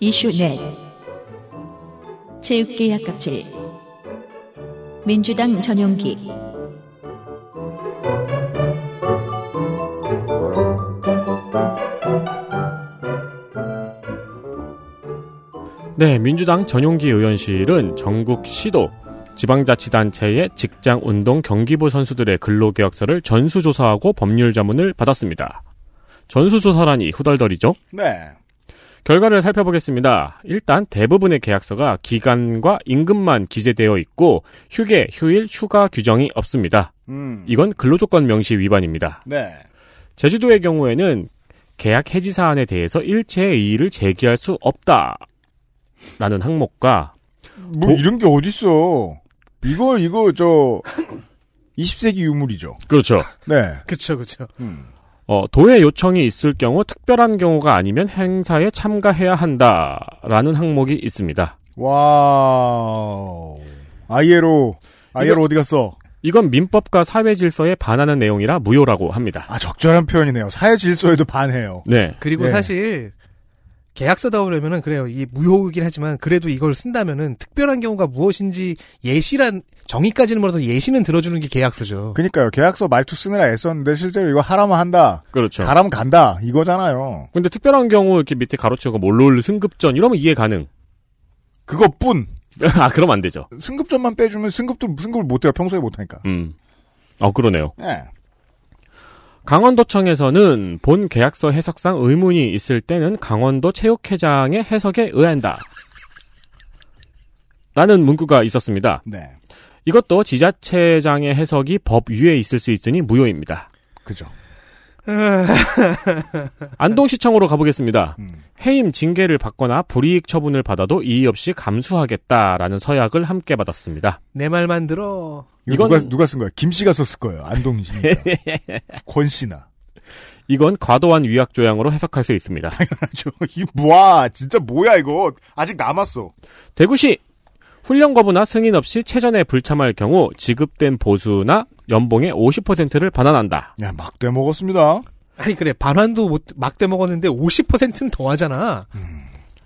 Speaker 1: 이슈 넷 체육계약 갑질 민주당 전용기
Speaker 2: 네, 민주당 전용기 의원실은 전국 시도 지방자치단체의 직장 운동 경기부 선수들의 근로계약서를 전수조사하고 법률 자문을 받았습니다. 전수조사라니 후덜덜이죠?
Speaker 3: 네,
Speaker 2: 결과를 살펴보겠습니다. 일단 대부분의 계약서가 기간과 임금만 기재되어 있고 휴게, 휴일, 휴가 규정이 없습니다.
Speaker 3: 음,
Speaker 2: 이건 근로조건 명시 위반입니다.
Speaker 3: 네,
Speaker 2: 제주도의 경우에는 계약 해지 사안에 대해서 일체의 이의를 제기할 수 없다. 라는 항목과
Speaker 3: 뭐
Speaker 2: 도-
Speaker 3: 이런 게 어딨어. 이거 이거 저 20세기 유물이죠.
Speaker 2: 그렇죠.
Speaker 3: 네.
Speaker 4: 그쵸, 그쵸.
Speaker 3: 음.
Speaker 2: 어, 도의 요청이 있을 경우 특별한 경우가 아니면 행사에 참가해야 한다라는 항목이 있습니다.
Speaker 3: 와우. 아이에로 아이에로 어디 갔어?
Speaker 2: 이건 민법과 사회 질서에 반하는 내용이라 무효라고 합니다.
Speaker 3: 아 적절한 표현이네요. 사회 질서에도 반해요.
Speaker 2: 네.
Speaker 4: 그리고
Speaker 3: 네.
Speaker 4: 사실, 계약서다 보려면은 그래요. 이게 무효이긴 하지만 그래도 이걸 쓴다면은 특별한 경우가 무엇인지 예시란, 정의까지는 멀어서 예시는 들어주는 게 계약서죠.
Speaker 3: 그니까요. 계약서 말투 쓰느라 애썼는데 실제로 이거 하라면 한다.
Speaker 2: 그렇죠.
Speaker 3: 가라면 간다. 이거잖아요.
Speaker 2: 근데 특별한 경우 이렇게 밑에 가로치고 뭐 몰롤 승급전 이러면 이해 가능.
Speaker 3: 그것뿐
Speaker 2: 아, 그럼 안 되죠.
Speaker 3: 승급전만 빼주면 승급도 승급을 못해요. 평소에 못하니까.
Speaker 2: 음. 어, 그러네요.
Speaker 3: 네.
Speaker 2: 강원도청에서는 본 계약서 해석상 의문이 있을 때는 강원도 체육회장의 해석에 의한다. 라는 문구가 있었습니다.
Speaker 3: 네.
Speaker 2: 이것도 지자체장의 해석이 법 위에 있을 수 있으니 무효입니다.
Speaker 3: 그죠.
Speaker 2: 안동시청으로 가보겠습니다.
Speaker 3: 음.
Speaker 2: 해임 징계를 받거나 불이익 처분을 받아도 이의 없이 감수하겠다라는 서약을 함께 받았습니다.
Speaker 4: 내 말만 들어.
Speaker 3: 이거
Speaker 2: 이건-
Speaker 3: 누가 누가 쓴 거야? 김 씨가 썼을 거예요. 안동이시니까. 권 씨나.
Speaker 2: 이건 과도한 위약 조항으로 해석할 수 있습니다.
Speaker 3: 저, 이, 뭐야, 진짜 뭐야, 이거. 아직 남았어.
Speaker 2: 대구시 훈련 거부나 승인 없이 체전에 불참할 경우 지급된 보수나 연봉의 50%를 반환한다.
Speaker 3: 야, 막 돼먹었습니다.
Speaker 4: 아니 그래 반환도 못, 막 대먹었는데 50%는 더 하잖아.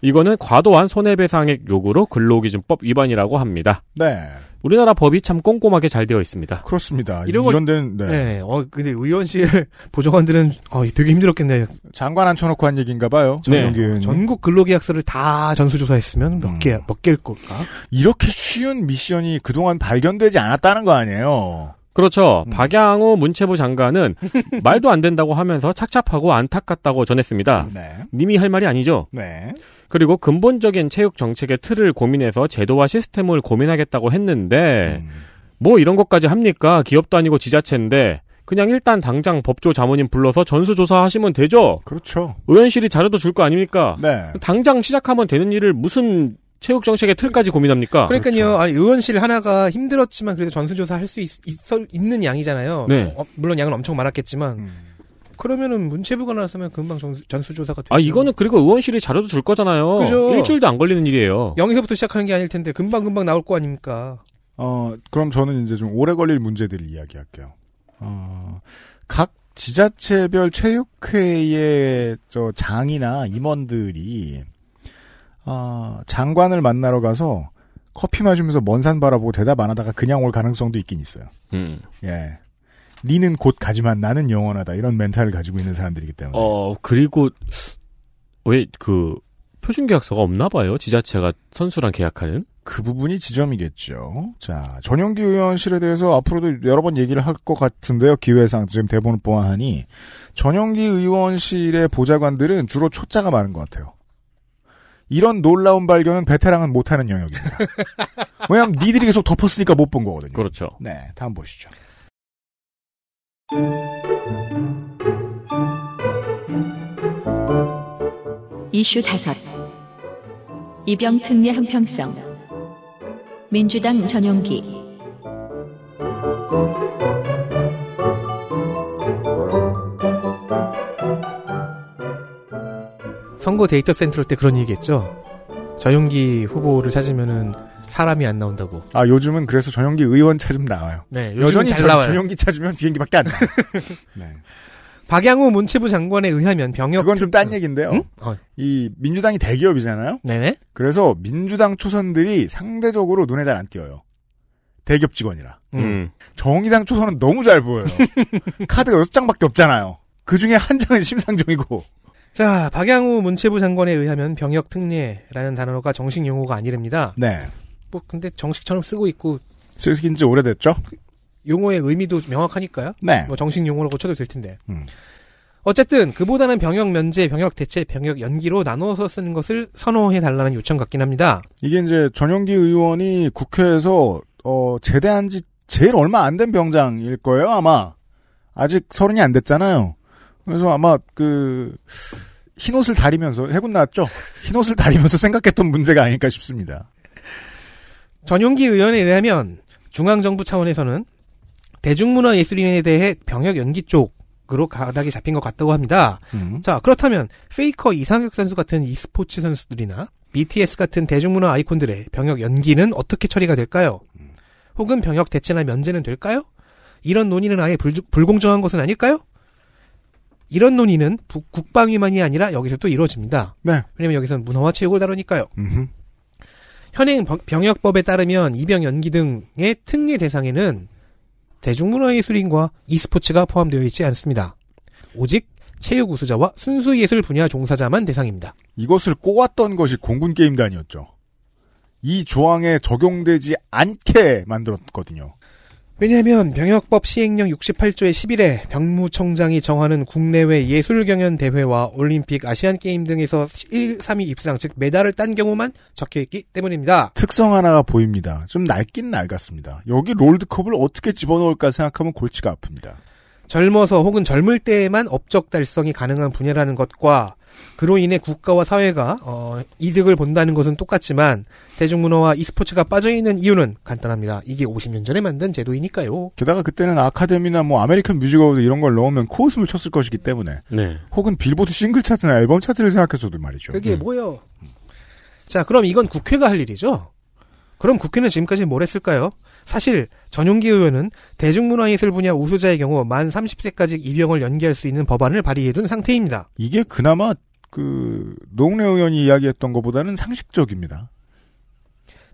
Speaker 2: 이거는 과도한 손해배상액 요구로 근로기준법 위반이라고 합니다.
Speaker 3: 네,
Speaker 2: 우리나라 법이 참 꼼꼼하게 잘 되어 있습니다.
Speaker 3: 그렇습니다.
Speaker 4: 이런
Speaker 3: 이런,
Speaker 4: 걸-
Speaker 3: 데는, 네.
Speaker 4: 네. 어 근데 의원실 보좌관들은 어 되게 힘들었겠네요.
Speaker 3: 장관 앉혀놓고 한 얘기인가 봐요.
Speaker 2: 네.
Speaker 3: 전용기 의원님.
Speaker 4: 전국 근로계약서를 다 전수조사했으면 몇
Speaker 3: 음.
Speaker 4: 개, 몇 개일 걸까?
Speaker 3: 이렇게 쉬운 미션이 그동안 발견되지 않았다는 거 아니에요.
Speaker 2: 그렇죠.
Speaker 3: 음.
Speaker 2: 박양호 문체부 장관은 말도 안 된다고 하면서 착잡하고 안타깝다고 전했습니다.
Speaker 3: 네.
Speaker 2: 님이 할 말이 아니죠.
Speaker 3: 네.
Speaker 2: 그리고 근본적인 체육 정책의 틀을 고민해서 제도와 시스템을 고민하겠다고 했는데
Speaker 3: 음.
Speaker 2: 뭐 이런 것까지 합니까? 기업도 아니고 지자체인데 그냥 일단 당장 법조 자문인 불러서 전수조사 하시면 되죠.
Speaker 3: 그렇죠.
Speaker 2: 의원실이 자료도 줄 거 아닙니까?
Speaker 3: 네.
Speaker 2: 당장 시작하면 되는 일을 무슨 체육 정책의 틀까지 고민합니까?
Speaker 4: 그러니까요.
Speaker 3: 그렇죠.
Speaker 4: 아니, 의원실 하나가 힘들었지만 그래도 전수조사 할 수 있는 양이잖아요.
Speaker 2: 네.
Speaker 4: 어, 물론 양은 엄청 많았겠지만
Speaker 3: 음.
Speaker 4: 그러면은 문체부가 나서면 금방 전수, 전수조사가 되죠.
Speaker 2: 아 이거는 그리고 의원실이 자료도 줄 거잖아요.
Speaker 4: 그죠.
Speaker 2: 일주일도 안 걸리는 일이에요.
Speaker 4: 영에서부터 시작하는 게 아닐 텐데 금방 금방 나올 거 아닙니까?
Speaker 3: 어, 그럼 저는 이제 좀 오래 걸릴 문제들을 이야기할게요. 어, 각 지자체별 체육회의 저 장이나 임원들이 어, 장관을 만나러 가서 커피 마시면서 먼 산 바라보고 대답 안 하다가 그냥 올 가능성도 있긴 있어요.
Speaker 2: 음.
Speaker 3: 예. 니는 곧 가지만 나는 영원하다. 이런 멘탈을 가지고 있는 사람들이기 때문에.
Speaker 2: 어 그리고 왜 그 표준 계약서가 없나 봐요. 지자체가 선수랑 계약하는.
Speaker 3: 그 부분이 지점이겠죠. 자, 전용기 의원실에 대해서 앞으로도 여러 번 얘기를 할 것 같은데요. 기회상 지금 대본을 보아하니 전용기 의원실의 보좌관들은 주로 초짜가 많은 것 같아요. 이런 놀라운 발견은 베테랑은 못하는 영역입니다. 왜냐하면 니들이 계속 덮었으니까 못 본 거거든요.
Speaker 2: 그렇죠.
Speaker 3: 네, 다음 보시죠.
Speaker 1: 이슈 다섯 이병특례 형평성 민주당 전용기
Speaker 4: 선거 데이터 센트럴 때 그런 얘기했죠. 전용기 후보를 찾으면은 사람이 안 나온다고.
Speaker 3: 아, 요즘은 그래서 전용기 의원 찾으면 나와요.
Speaker 4: 네,
Speaker 3: 여전히
Speaker 4: 요즘은 잘
Speaker 3: 전-
Speaker 4: 나와요.
Speaker 3: 전용기 찾으면 비행기밖에 안 나와요. 네.
Speaker 4: 박양호 문체부 장관에 의하면 병역.
Speaker 3: 그건 좀 딴
Speaker 4: 특-
Speaker 3: 얘기인데요.
Speaker 4: 응? 어,
Speaker 3: 이 민주당이 대기업이잖아요.
Speaker 4: 네네.
Speaker 3: 그래서 민주당 초선들이 상대적으로 눈에 잘 안 띄어요. 대기업 직원이라.
Speaker 4: 음.
Speaker 2: 음.
Speaker 3: 정의당 초선은 너무 잘 보여요. 카드가 여섯 장밖에 없잖아요. 그 중에 한 장은 심상정이고.
Speaker 4: 자, 박양호 문체부 장관에 의하면 병역 특례라는 단어가 정식 용어가 아니랍니다.
Speaker 3: 네.
Speaker 4: 뭐 근데 정식처럼 쓰고 있고
Speaker 3: 쓰긴 지 오래됐죠?
Speaker 4: 용어의 의미도 좀 명확하니까요.
Speaker 3: 네.
Speaker 4: 뭐 정식 용어라고 쳐도 될 텐데.
Speaker 3: 음.
Speaker 4: 어쨌든 그보다는 병역 면제, 병역 대체, 병역 연기로 나누어서 쓰는 것을 선호해 달라는 요청 같긴 합니다.
Speaker 3: 이게 이제 전용기 의원이 국회에서, 어, 제대한 지 제일 얼마 안 된 병장일 거예요, 아마. 아직 서른이 안 됐잖아요. 그래서 아마 그, 흰 옷을 다리면서, 해군 나왔죠? 흰 옷을 다리면서 생각했던 문제가 아닐까 싶습니다.
Speaker 4: 전용기 의원에 의하면 중앙정부 차원에서는 대중문화 예술인에 대해 병역 연기 쪽으로 가닥이 잡힌 것 같다고 합니다.
Speaker 3: 음.
Speaker 4: 자, 그렇다면 페이커 이상혁 선수 같은 e스포츠 선수들이나 BTS 같은 대중문화 아이콘들의 병역 연기는 어떻게 처리가 될까요? 혹은 병역 대체나 면제는 될까요? 이런 논의는 아예 불, 불공정한 것은 아닐까요? 이런 논의는 부- 국방위만이 아니라 여기서 또 이루어집니다.
Speaker 3: 네.
Speaker 4: 왜냐면 여기서는 문화와 체육을 다루니까요.
Speaker 3: 음흠.
Speaker 4: 현행 병- 병역법에 따르면 입영 연기 등의 특례 대상에는 대중문화예술인과 e스포츠가 포함되어 있지 않습니다. 오직 체육 우수자와 순수 예술 분야 종사자만 대상입니다.
Speaker 3: 이것을 꼬았던 것이 공군 게임단이었죠. 이 조항에 적용되지 않게 만들었거든요.
Speaker 4: 왜냐하면 병역법 시행령 68조의 11에 병무청장이 정하는 국내외 예술 경연 대회와 올림픽, 아시안 게임 등에서 1, 3위 입상 즉 메달을 딴 경우만 적혀 있기 때문입니다.
Speaker 3: 특성 하나가 보입니다. 좀 낡긴 낡았습니다. 여기 롤드컵을 어떻게 집어넣을까 생각하면 골치가 아픕니다.
Speaker 4: 젊어서 혹은 젊을 때에만 업적 달성이 가능한 분야라는 것과 그로 인해 국가와 사회가 어, 이득을 본다는 것은 똑같지만 대중문화와 e스포츠가 빠져있는 이유는 간단합니다. 이게 50년 전에 만든 제도이니까요.
Speaker 3: 게다가 그때는 아카데미나 뭐 아메리칸 뮤직 어워드 이런 걸 넣으면 코웃음을 쳤을 것이기 때문에
Speaker 2: 네.
Speaker 3: 혹은 빌보드 싱글 차트나 앨범 차트를 생각해서도 말이죠.
Speaker 4: 그게
Speaker 2: 음.
Speaker 4: 뭐요? 자, 그럼 이건 국회가 할 일이죠. 그럼 국회는 지금까지 뭘 했을까요? 사실 전용기 의원은 대중문화예술 분야 우수자의 경우 만 30세까지 입영을 연기할 수 있는 법안을 발의해둔 상태입니다.
Speaker 3: 이게 그나마 그 노웅래 의원이 이야기했던 것보다는 상식적입니다.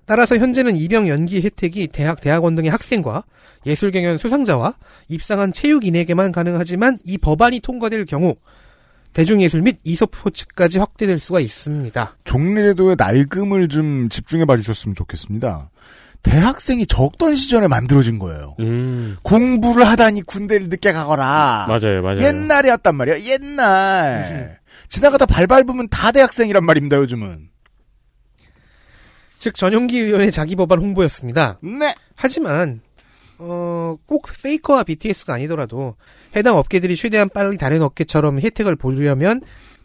Speaker 4: 따라서 현재는 입영 연기 혜택이 대학, 대학원 등의 학생과 예술경연 수상자와 입상한 체육인에게만 가능하지만 이 법안이 통과될 경우 대중예술 및 e스포츠까지 확대될 수가 있습니다.
Speaker 3: 종래제도의 낡음을 좀 집중해 봐주셨으면 좋겠습니다. 대학생이 적던 시절에 만들어진 거예요.
Speaker 2: 음,
Speaker 3: 공부를 하다니 군대를 늦게 가거라.
Speaker 2: 맞아요, 맞아요. 음.
Speaker 3: 옛날이었단 말이야. 옛날. 지나가다 발 밟으면 다 대학생이란 말입니다. 요즘은.
Speaker 4: 즉 전용기 의원의 자기 법안 홍보였습니다.
Speaker 3: 네.
Speaker 4: 하지만 어, 꼭 페이커와 BTS가 아니더라도 해당 업계들이 최대한 빨리 다른 업계처럼 혜택을 보려면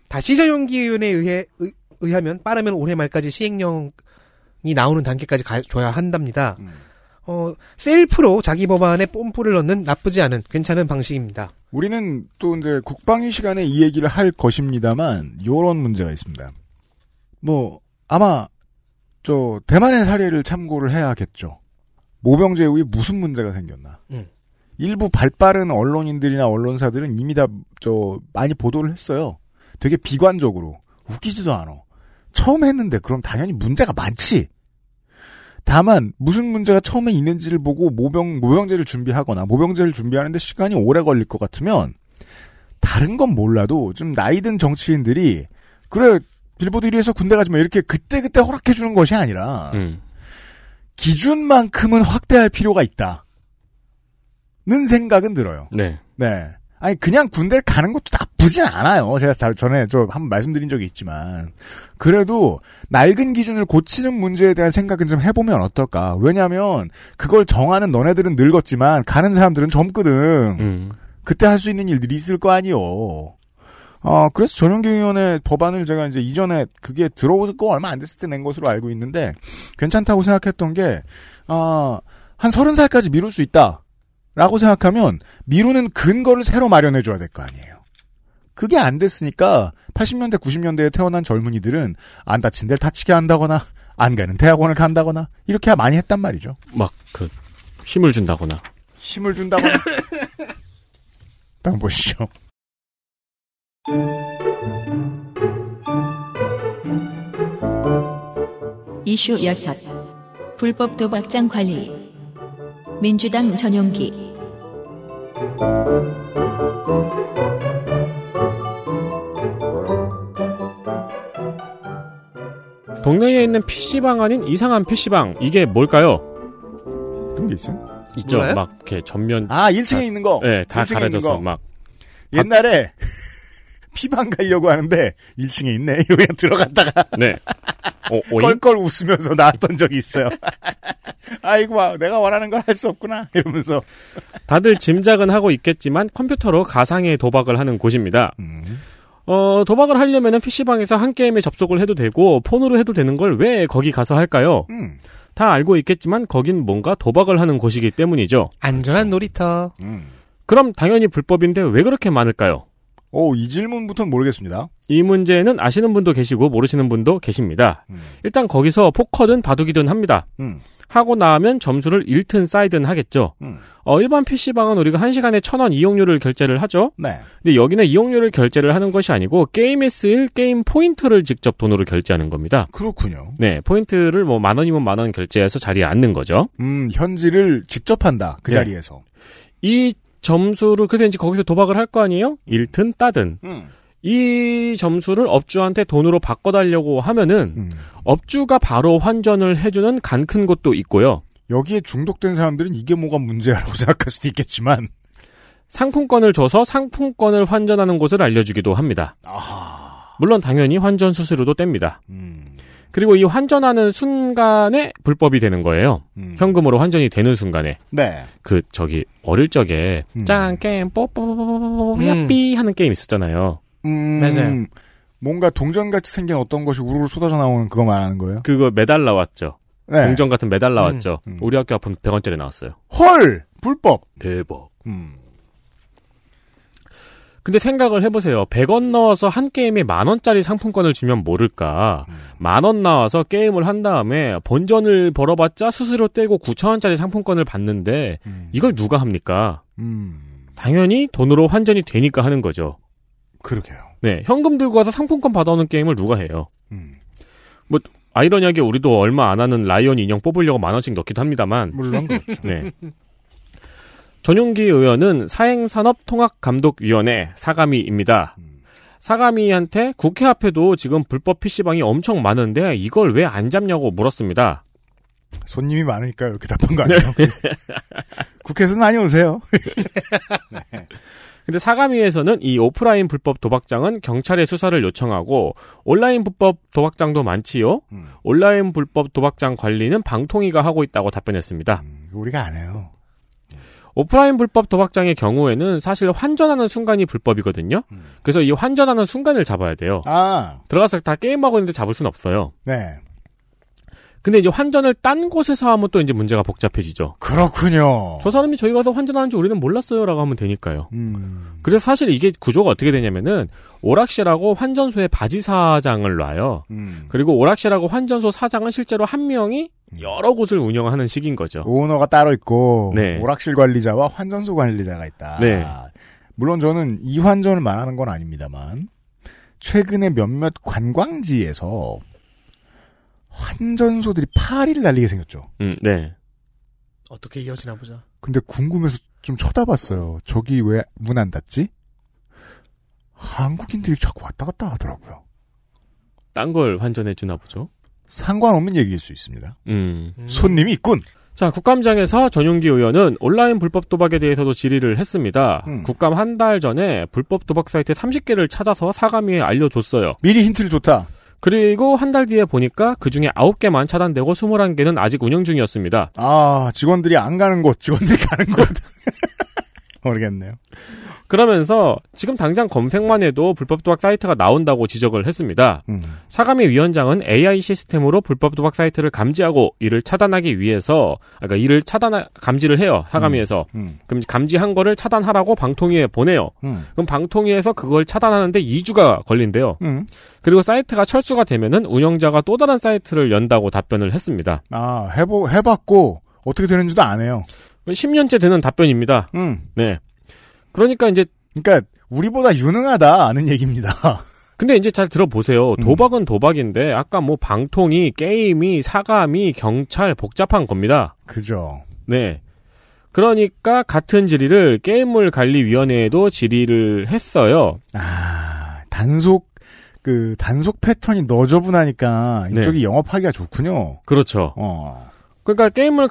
Speaker 4: 다시 전용기 의원에 의해 의, 의하면 빠르면 올해 말까지 시행령이 나오는 단계까지 가줘야 한답니다. 어, 셀프로 자기 법안에 뽐뿌를 넣는 나쁘지 않은 괜찮은 방식입니다.
Speaker 3: 우리는 또 이제 국방위 시간에 이 얘기를 할 것입니다만 요런 문제가 있습니다. 뭐 아마 저 대만의 사례를 참고를 해야겠죠. 모병 제후에 무슨 문제가 생겼나?
Speaker 4: 음.
Speaker 3: 일부 발빠른 언론인들이나 언론사들은 이미 다 저 많이 보도를 했어요. 되게 비관적으로 웃기지도 않아. 처음 했는데 그럼 당연히 문제가 많지. 다만 무슨 문제가 처음에 있는지를 보고 모병 모병제를 준비하거나 모병제를 준비하는데 시간이 오래 걸릴 것 같으면 다른 건 몰라도 좀 나이든 정치인들이 그래 빌보드 1위에서 군대 가지면 이렇게 그때 그때 허락해 주는 것이 아니라
Speaker 2: 음.
Speaker 3: 기준만큼은 확대할 필요가 있다. 는 생각은 들어요.
Speaker 2: 네.
Speaker 3: 네. 아니 그냥 군대를 가는 것도 나쁘진 않아요. 제가 다- 전에 저 한번 말씀드린 적이 있지만 그래도 낡은 기준을 고치는 문제에 대한 생각은 좀 해보면 어떨까? 왜냐하면 그걸 정하는 너네들은 늙었지만 가는 사람들은 젊거든.
Speaker 2: 음.
Speaker 3: 그때 할 수 있는 일들이 있을 거 아니요. 아, 그래서 전용기 의원의 법안을 제가 이제 이전에 그게 들어오고 얼마 안 됐을 때 낸 것으로 알고 있는데, 괜찮다고 생각했던 게, 아, 한 서른 살까지 미룰 수 있다. 라고 생각하면, 미루는 근거를 새로 마련해줘야 될 거 아니에요. 그게 안 됐으니까, 80년대, 90년대에 태어난 젊은이들은, 안 다친 데를 다치게 한다거나, 안 가는 대학원을 간다거나, 이렇게 많이 했단 말이죠.
Speaker 2: 막, 그, 힘을 준다거나.
Speaker 3: 힘을 준다거나. 다음 보시죠.
Speaker 1: 이슈 6. 불법 도박장 관리. 민주당 전용기.
Speaker 2: 동네에 있는 PC방 아닌 이상한 PC방. 이게 뭘까요?
Speaker 3: 그런 게 있어요?
Speaker 2: 있죠.
Speaker 4: 몰라요?
Speaker 2: 막, 이렇게 전면.
Speaker 3: 아, 1층에 있는 거.
Speaker 2: 네, 다
Speaker 3: 1층에 있는
Speaker 2: 가려져서
Speaker 3: 거.
Speaker 2: 막.
Speaker 3: 옛날에 피방 가려고 하는데 1층에 있네. 이러면 들어갔다가
Speaker 2: 네. 어, 오잉?
Speaker 3: 껄껄 웃으면서 나왔던 적이 있어요. 아이고, 와, 내가 원하는 걸 할 수 없구나. 이러면서.
Speaker 2: 다들 짐작은 하고 있겠지만 컴퓨터로 가상의 도박을 하는 곳입니다.
Speaker 3: 음.
Speaker 2: 어, 도박을 하려면은 PC방에서 한 게임에 접속을 해도 되고 폰으로 해도 되는 걸 왜 거기 가서 할까요?
Speaker 3: 음,
Speaker 2: 다 알고 있겠지만 거긴 뭔가 도박을 하는 곳이기 때문이죠.
Speaker 4: 안전한 놀이터.
Speaker 3: 음.
Speaker 2: 그럼 당연히 불법인데 왜 그렇게 많을까요?
Speaker 3: 오, 이 질문부터는 모르겠습니다.
Speaker 2: 이 문제는 아시는 분도 계시고 모르시는 분도 계십니다. 일단 거기서 포커든 바둑이든 합니다.
Speaker 3: 음.
Speaker 2: 하고 나면 점수를 잃든 쌓이든 하겠죠.
Speaker 3: 음.
Speaker 2: 어, 일반 PC방은 우리가 1시간에 1000원 이용료를 결제를 하죠.
Speaker 3: 네.
Speaker 2: 근데 여기는 이용료를 결제를 하는 것이 아니고 게임에 쓰일 게임 포인트를 직접 돈으로 결제하는 겁니다.
Speaker 3: 그렇군요.
Speaker 2: 네, 포인트를 뭐 만 원이면 만 원 결제해서 자리에 앉는 거죠.
Speaker 3: 음, 현지를 직접 한다. 그
Speaker 2: 네.
Speaker 3: 자리에서.
Speaker 2: 이 점수를 그래서 이제 거기서 도박을 할 거 아니에요? 잃든 따든
Speaker 3: 음.
Speaker 2: 이 점수를 업주한테 돈으로 바꿔달려고 하면은
Speaker 3: 음.
Speaker 2: 업주가 바로 환전을 해주는 간 큰 곳도 있고요.
Speaker 3: 여기에 중독된 사람들은 이게 뭐가 문제야라고 생각할 수도 있겠지만.
Speaker 2: 상품권을 줘서 상품권을 환전하는 곳을 알려주기도 합니다. 물론 당연히 환전 수수료도 뗍니다.
Speaker 3: 음,
Speaker 2: 그리고 이 환전하는 순간에 불법이 되는 거예요.
Speaker 3: 음.
Speaker 2: 현금으로 환전이 되는 순간에
Speaker 3: 네.
Speaker 2: 그 저기 어릴 적에
Speaker 3: 음.
Speaker 2: 짠 게임 뽀뽀뽀뽀뽀
Speaker 4: 음.
Speaker 2: 야삐 하는 게임 있었잖아요.
Speaker 3: 음,
Speaker 4: 맞아요.
Speaker 3: 뭔가 동전같이 생긴 어떤 것이 우르르 쏟아져 나오는 그거 말하는 거예요?
Speaker 2: 그거 메달 나왔죠.
Speaker 3: 네.
Speaker 2: 동전 같은 메달 나왔죠.
Speaker 3: 음.
Speaker 2: 우리 학교 앞은 100원짜리 나왔어요.
Speaker 3: 헐! 불법!
Speaker 2: 대박.
Speaker 3: 음.
Speaker 2: 근데 생각을 해보세요. 100원 넣어서 한 게임에 만 원짜리 상품권을 주면 모를까.
Speaker 3: 음.
Speaker 2: 만 원 나와서 게임을 한 다음에 본전을 벌어봤자 수수료 떼고 9천 원짜리 상품권을 받는데
Speaker 3: 음.
Speaker 2: 이걸 누가 합니까?
Speaker 3: 음.
Speaker 2: 당연히 돈으로 환전이 되니까 하는 거죠.
Speaker 3: 그러게요.
Speaker 2: 네, 현금 들고 와서 상품권 받아오는 게임을 누가 해요? 뭐,
Speaker 3: 음.
Speaker 2: 아이러니하게 우리도 얼마 안 하는 라이언 인형 뽑으려고 만 원씩 넣기도 합니다만,
Speaker 3: 물론 그렇죠.
Speaker 2: 네. 전용기 의원은 사행산업통합감독위원회 사가미입니다. 사가미한테 국회 앞에도 지금 불법 PC방이 엄청 많은데 이걸 왜 안 잡냐고 물었습니다.
Speaker 3: 손님이 많으니까 이렇게 답한 거 아니에요?
Speaker 2: 네.
Speaker 3: 국회에서 많이 오세요.
Speaker 2: 근데 사가미에서는 이 오프라인 불법 도박장은 경찰에 수사를 요청하고 온라인 불법 도박장도 많지요.
Speaker 3: 음.
Speaker 2: 온라인 불법 도박장 관리는 방통위가 하고 있다고 답변했습니다.
Speaker 3: 음, 우리가 안 해요.
Speaker 2: 오프라인 불법 도박장의 경우에는 사실 환전하는 순간이 불법이거든요. 그래서 이 환전하는 순간을 잡아야 돼요.
Speaker 3: 아,
Speaker 2: 들어가서 다 게임하고 있는데 잡을 순 없어요.
Speaker 3: 네.
Speaker 2: 근데 이제 환전을 딴 곳에서 하면 또 이제 문제가 복잡해지죠.
Speaker 3: 그렇군요.
Speaker 2: 저 사람이 저기 가서 환전하는 줄 우리는 몰랐어요라고 하면 되니까요.
Speaker 3: 음,
Speaker 2: 그래서 사실 이게 구조가 어떻게 되냐면은 오락실하고 환전소에 바지 사장을 놔요.
Speaker 3: 음.
Speaker 2: 그리고 오락실하고 환전소 사장은 실제로 한 명이 여러 곳을 운영하는 식인 거죠.
Speaker 3: 오너가 따로 있고
Speaker 2: 네.
Speaker 3: 오락실 관리자와 환전소 관리자가 있다.
Speaker 2: 네.
Speaker 3: 물론 저는 이 환전을 말하는 건 아닙니다만 최근에 몇몇 관광지에서 환전소들이 파리를 날리게 생겼죠.
Speaker 2: 음, 네.
Speaker 4: 어떻게 이어지나 보자.
Speaker 3: 근데 궁금해서 좀 쳐다봤어요. 저기 왜 문 안 닫지? 한국인들이 자꾸 왔다 갔다 하더라고요.
Speaker 2: 딴 걸 환전해 주나 보죠.
Speaker 3: 상관없는 얘기일 수 있습니다.
Speaker 2: 음.
Speaker 3: 손님이 있군.
Speaker 2: 자, 국감장에서 전용기 의원은 온라인 불법 도박에 대해서도 질의를 했습니다.
Speaker 3: 음.
Speaker 2: 국감 한 달 전에 불법 도박 사이트 30개를 찾아서 사감위에 알려줬어요.
Speaker 3: 미리 힌트를 줬다.
Speaker 2: 그리고 한 달 뒤에 보니까 그 중에 9개만 차단되고 21개는 아직 운영 중이었습니다.
Speaker 3: 아 직원들이 안 가는 곳, 직원들이 가는 곳. 모르겠네요.
Speaker 2: 그러면서 지금 당장 검색만 해도 불법 도박 사이트가 나온다고 지적을 했습니다.
Speaker 3: 음.
Speaker 2: 사감위 위원장은 AI 시스템으로 불법 도박 사이트를 감지하고 이를 차단하기 위해서 그러니까 이를 차단 감지를 해요. 사감위에서.
Speaker 3: 음.
Speaker 2: 그럼 감지한 거를 차단하라고 방통위에 보내요.
Speaker 3: 음.
Speaker 2: 그럼 방통위에서 그걸 차단하는데 2주가 걸린대요.
Speaker 3: 음.
Speaker 2: 그리고 사이트가 철수가 되면은 운영자가 또 다른 사이트를 연다고 답변을 했습니다.
Speaker 3: 아, 해보, 해봤고, 어떻게 되는지도 안 해요.
Speaker 2: 10년째 되는 답변입니다.
Speaker 3: 음.
Speaker 2: 네. 그러니까 이제
Speaker 3: 그러니까, 우리보다 유능하다, 아는 얘기입니다.
Speaker 2: 근데 이제 잘 들어보세요.
Speaker 3: 음.
Speaker 2: 도박은 도박인데 아까 뭐 방통이 게임이 사감이 경찰 복잡한 겁니다.
Speaker 3: 그죠.
Speaker 2: 네. 그러니까 같은 질의를 게임물 관리위원회에도 질의를 했어요.
Speaker 3: 아, 단속, 그, 단속 패턴이 너저분하니까,
Speaker 2: 네.
Speaker 3: 이쪽이 영업하기가 좋군요.
Speaker 2: 그렇죠.
Speaker 3: 어.
Speaker 2: 그러니까 게임물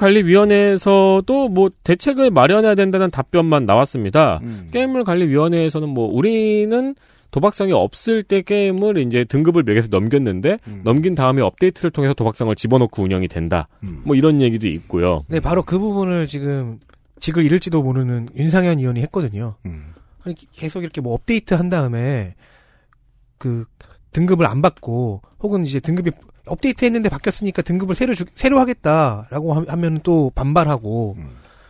Speaker 2: 관리위원회에서도 뭐 대책을 마련해야 된다는 답변만 나왔습니다.
Speaker 3: 음.
Speaker 2: 게임물 관리위원회에서는 뭐 우리는 도박성이 없을 때 게임을 이제 등급을 매겨서 넘겼는데
Speaker 3: 음.
Speaker 2: 넘긴 다음에 업데이트를 통해서 도박성을 집어넣고 운영이 된다.
Speaker 3: 음.
Speaker 2: 뭐 이런 얘기도 있고요.
Speaker 4: 네, 바로 그 부분을 지금 직을 잃을지도 모르는 윤상현 의원이 했거든요.
Speaker 3: 음.
Speaker 4: 아니 기- 계속 이렇게 뭐 업데이트 한 다음에 그 등급을 안 받고 혹은 이제 등급이 업데이트 했는데 바뀌었으니까 등급을 새로 주, 새로 하겠다라고 하, 하면 또 반발하고
Speaker 3: 음.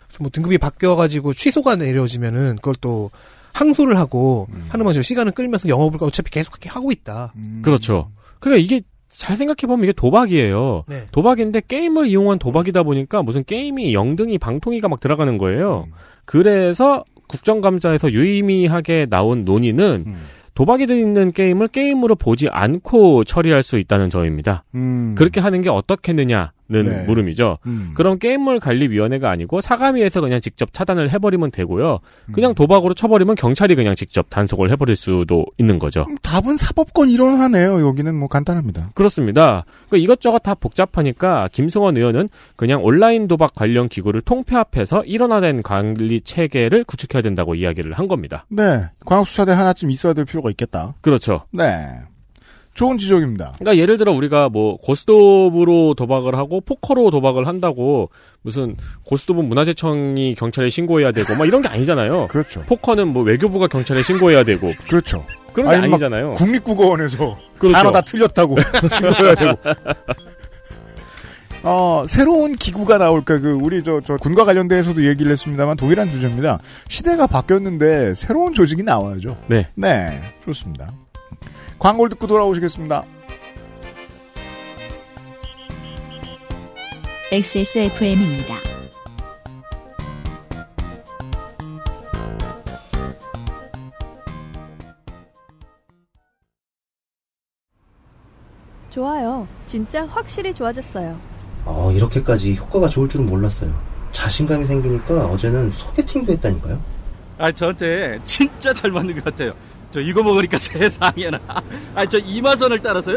Speaker 4: 그래서 뭐 등급이 바뀌어가지고 취소가 내려지면은 그걸 또 항소를 하고 하는 거죠 시간을 끌면서 영업을 어차피 계속 이렇게 하고 있다.
Speaker 3: 음.
Speaker 2: 그렇죠. 그러니까 이게 잘 생각해보면 이게 도박이에요.
Speaker 4: 네.
Speaker 2: 도박인데 게임을 이용한 도박이다 보니까 무슨 게임이 영등이 방통위가 막 들어가는 거예요.
Speaker 3: 음.
Speaker 2: 그래서 국정감사에서 유의미하게 나온 논의는
Speaker 3: 음.
Speaker 2: 도박이 있는 게임을 게임으로 보지 않고 처리할 수 있다는 점입니다.
Speaker 3: 음.
Speaker 2: 그렇게 하는 게 어떻겠느냐는
Speaker 3: 네.
Speaker 2: 물음이죠.
Speaker 3: 음.
Speaker 2: 그럼 게임물 관리위원회가 아니고 사감위에서 그냥 직접 차단을 해버리면 되고요.
Speaker 3: 음.
Speaker 2: 그냥 도박으로 쳐버리면 경찰이 그냥 직접 단속을 해버릴 수도 있는 거죠.
Speaker 3: 음, 답은 사법권 일원화네요. 여기는 뭐 간단합니다.
Speaker 2: 그렇습니다. 그러니까 이것저것 다 복잡하니까 김승원 의원은 그냥 온라인 도박 관련 기구를 통폐합해서 일원화된 관리 체계를 구축해야 된다고 이야기를 한 겁니다.
Speaker 3: 네. 광역수사대 하나쯤 있어야 될 필요가 있겠다.
Speaker 2: 그렇죠.
Speaker 3: 네. 좋은 지적입니다.
Speaker 2: 그러니까 예를 들어 우리가 뭐 고스톱으로 도박을 하고 포커로 도박을 한다고 무슨 고스톱은 문화재청이 경찰에 신고해야 되고 막 이런 게 아니잖아요.
Speaker 3: 그렇죠.
Speaker 2: 포커는 뭐 외교부가 경찰에 신고해야 되고
Speaker 3: 그렇죠.
Speaker 2: 그런 게
Speaker 3: 아니, 막
Speaker 2: 아니잖아요.
Speaker 3: 국립국어원에서
Speaker 2: 그렇죠.
Speaker 3: 단어 다 틀렸다고 신고해야 되고. 어, 새로운 기구가 나올까 그 우리 저, 저 군과 관련돼서도 얘기를 했습니다만 동일한 주제입니다. 시대가 바뀌었는데 새로운 조직이 나와야죠.
Speaker 2: 네.
Speaker 3: 네, 좋습니다. 광고를 듣고 돌아오시겠습니다.
Speaker 1: XSFM입니다.
Speaker 8: 좋아요. 진짜 확실히 좋아졌어요.
Speaker 9: 어, 이렇게까지 효과가 좋을 줄은 몰랐어요. 자신감이 생기니까 어제는 소개팅도 했다니까요.
Speaker 10: 아, 저한테 진짜 잘 맞는 것 같아요. 저 이거 먹으니까 세상에나. 아, 저 이마선을 따라서요.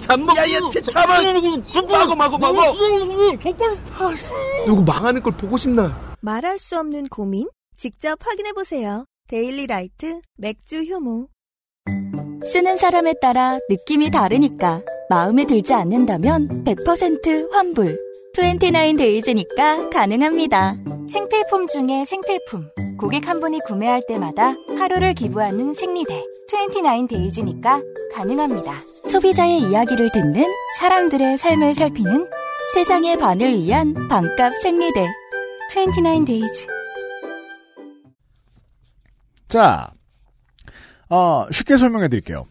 Speaker 10: 잠먹고. 야야, 잠은. 마고 마고 마고.
Speaker 11: 누구 망하는 걸 보고 싶나?
Speaker 12: 말할 수 없는 고민? 직접 확인해보세요. 데일리 라이트 맥주 효모.
Speaker 5: 쓰는 사람에 따라 느낌이 다르니까 마음에 들지 않는다면 100% 환불. 29데이즈니까 가능합니다.
Speaker 13: 생필품 중에 생필품. 고객 한 분이 구매할 때마다 하루를 기부하는 생리대. 29데이즈니까 가능합니다.
Speaker 5: 소비자의 이야기를 듣는 사람들의 삶을 살피는 세상의 반을 위한 반값 생리대. 29데이즈.
Speaker 3: 자, 아, 쉽게 설명해 드릴게요.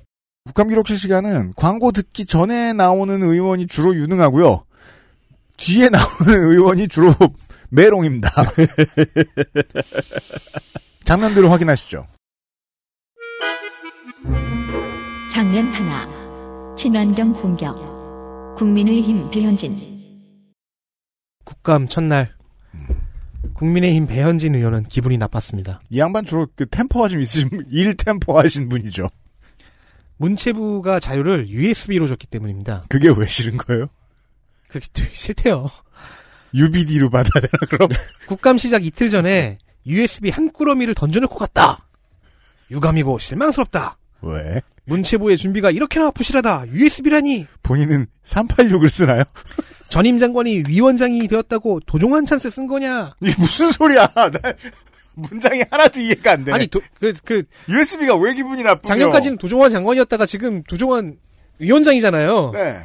Speaker 3: 국감 기록실 시간은 광고 듣기 전에 나오는 의원이 주로 유능하고요. 뒤에 나오는 의원이 주로 메롱입니다. 장면들을 확인하시죠.
Speaker 1: 장면 하나. 친환경 공격. 국민의힘 배현진.
Speaker 4: 국감 첫날 국민의힘 배현진 의원은 기분이 나빴습니다.
Speaker 3: 이 양반 주로 그 템포가 좀 있으신 분, 일 템포 하신 분이죠.
Speaker 4: 문체부가 자료를 USB로 줬기 때문입니다.
Speaker 3: 그게 왜 싫은 거예요?
Speaker 4: 그게 되게 싫대요.
Speaker 3: UBD로 받아야 되나 그럼?
Speaker 4: 국감 시작 이틀 전에 USB 한 꾸러미를 던져놓고 갔다. 유감이고 실망스럽다.
Speaker 3: 왜?
Speaker 4: 문체부의 준비가 이렇게나 부실하다. USB라니.
Speaker 3: 본인은 386을 쓰나요?
Speaker 4: 전임 장관이 위원장이 되었다고 도종환 찬스 쓴 거냐?
Speaker 3: 이게 무슨 소리야? 나 문장이 하나도 이해가 안 돼.
Speaker 4: 아니 그그 그,
Speaker 3: USB가 왜 기분이 나쁘냐?
Speaker 4: 작년까지는 도종환 장관이었다가 지금 도종환
Speaker 2: 어.
Speaker 4: 위원장이잖아요.
Speaker 3: 네.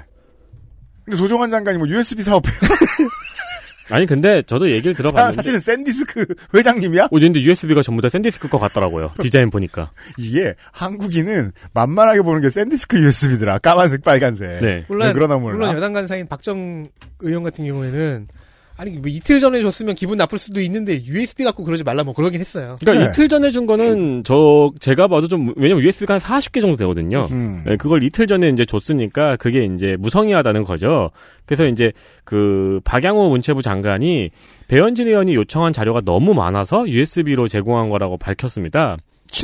Speaker 3: 근데 도종환 장관이 뭐 USB 사업
Speaker 2: 아니 근데 저도 얘기를 들어봤는데
Speaker 3: 사실은 샌디스크 회장님이야?
Speaker 2: 오, 근데 USB가 전부 다 샌디스크 거 같더라고요. 디자인 보니까
Speaker 3: 이게 한국인은 만만하게 보는 게 샌디스크 USB더라. 까만색, 빨간색.
Speaker 2: 네.
Speaker 4: 물론
Speaker 3: 그러나 몰라.
Speaker 4: 물론 여당 간사인 박정 의원 같은 경우에는 아니 뭐 이틀 전에 줬으면 기분 나쁠 수도 있는데 USB 갖고 그러지 말라 뭐 그러긴 했어요.
Speaker 2: 그러니까
Speaker 3: 네.
Speaker 2: 이틀 전에 준 거는 저 제가 봐도 좀 왜냐면 USB가 한 40개 정도 되거든요.
Speaker 3: 음.
Speaker 2: 네, 그걸 이틀 전에 이제 줬으니까 그게 이제 무성의하다는 거죠. 그래서 이제 그 박양호 문체부 장관이 배현진 의원이 요청한 자료가 너무 많아서 USB로 제공한 거라고 밝혔습니다.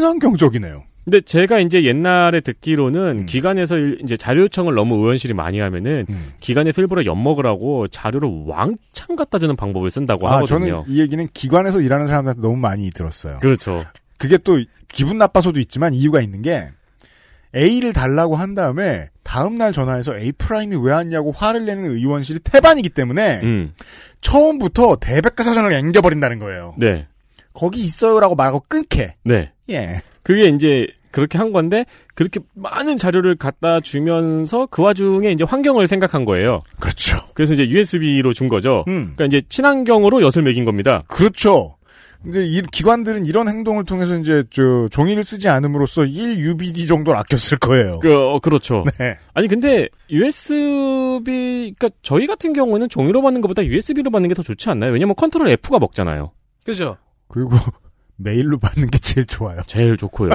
Speaker 3: 친환경적이네요.
Speaker 2: 근데 제가 이제 옛날에 듣기로는
Speaker 3: 음.
Speaker 2: 기관에서 일- 이제 자료 요청을 너무 의원실이 많이 하면은
Speaker 3: 음.
Speaker 2: 기관에서 일부러 엿먹으라고 자료를 왕창 갖다 주는 방법을 쓴다고
Speaker 3: 아,
Speaker 2: 하거든요.
Speaker 3: 저는 이 얘기는 기관에서 일하는 사람들한테 너무 많이 들었어요.
Speaker 2: 그렇죠.
Speaker 3: 그게 또 기분 나빠서도 있지만 이유가 있는 게 A를 달라고 한 다음에 다음 날 전화해서 A 프라임이 왜 왔냐고 화를 내는 의원실이 태반이기 때문에
Speaker 2: 음.
Speaker 3: 처음부터 대백과사전을 앵겨버린다는 거예요.
Speaker 2: 네.
Speaker 3: 거기 있어요라고 말하고 끊게.
Speaker 2: 네.
Speaker 3: 예.
Speaker 2: 그게 이제 그렇게 한 건데 그렇게 많은 자료를 갖다 주면서 그 와중에 이제 환경을 생각한 거예요.
Speaker 3: 그렇죠.
Speaker 2: 그래서 이제 USB로 준 거죠.
Speaker 3: 음.
Speaker 2: 그러니까 이제 친환경으로 엿을 매긴 겁니다.
Speaker 3: 그렇죠. 이제 이 기관들은 이런 행동을 통해서 이제 저 종이를 쓰지 않음으로써 1 UBD 정도를 아꼈을 거예요.
Speaker 2: 그, 어, 그렇죠.
Speaker 3: 네.
Speaker 2: 아니 근데 USB 그러니까 저희 같은 경우는 종이로 받는 것보다 USB로 받는 게 더 좋지 않나요? 왜냐면 컨트롤 F가 먹잖아요.
Speaker 4: 그죠?
Speaker 3: 그리고 메일로 받는 게 제일 좋아요.
Speaker 2: 제일 좋고요.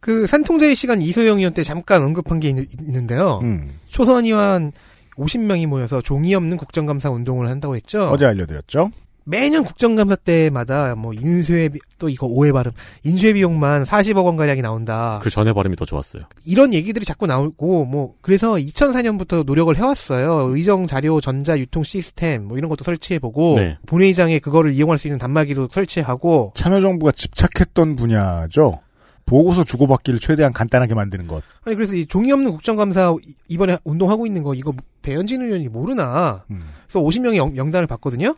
Speaker 4: 그 산통제의 시간 이소영 의원 때 잠깐 언급한 게 있, 는데요
Speaker 3: 음.
Speaker 4: 초선 의원 50명이 모여서 종이 없는 국정감사 운동을 한다고 했죠.
Speaker 3: 어제 알려드렸죠.
Speaker 4: 매년 국정감사 때마다 뭐 인수회비 또 이거 오해 발음 인수회 비용만 40억 원 가량이 나온다.
Speaker 2: 그 전에 발음이 더 좋았어요.
Speaker 4: 이런 얘기들이 자꾸 나오고 뭐 그래서 2004년부터 노력을 해왔어요. 의정 자료 전자 유통 시스템 뭐 이런 것도 설치해보고
Speaker 2: 네.
Speaker 4: 본회의장에 그거를 이용할 수 있는 단말기도 설치하고
Speaker 3: 참여정부가 집착했던 분야죠. 보고서 주고받기를 최대한 간단하게 만드는 것.
Speaker 4: 아니 그래서 이 종이 없는 국정감사 이- 이번에 운동하고 있는 거 이거 배현진 의원이 모르나
Speaker 3: 음,
Speaker 4: 그래서 50명의 영, 명단을 봤거든요.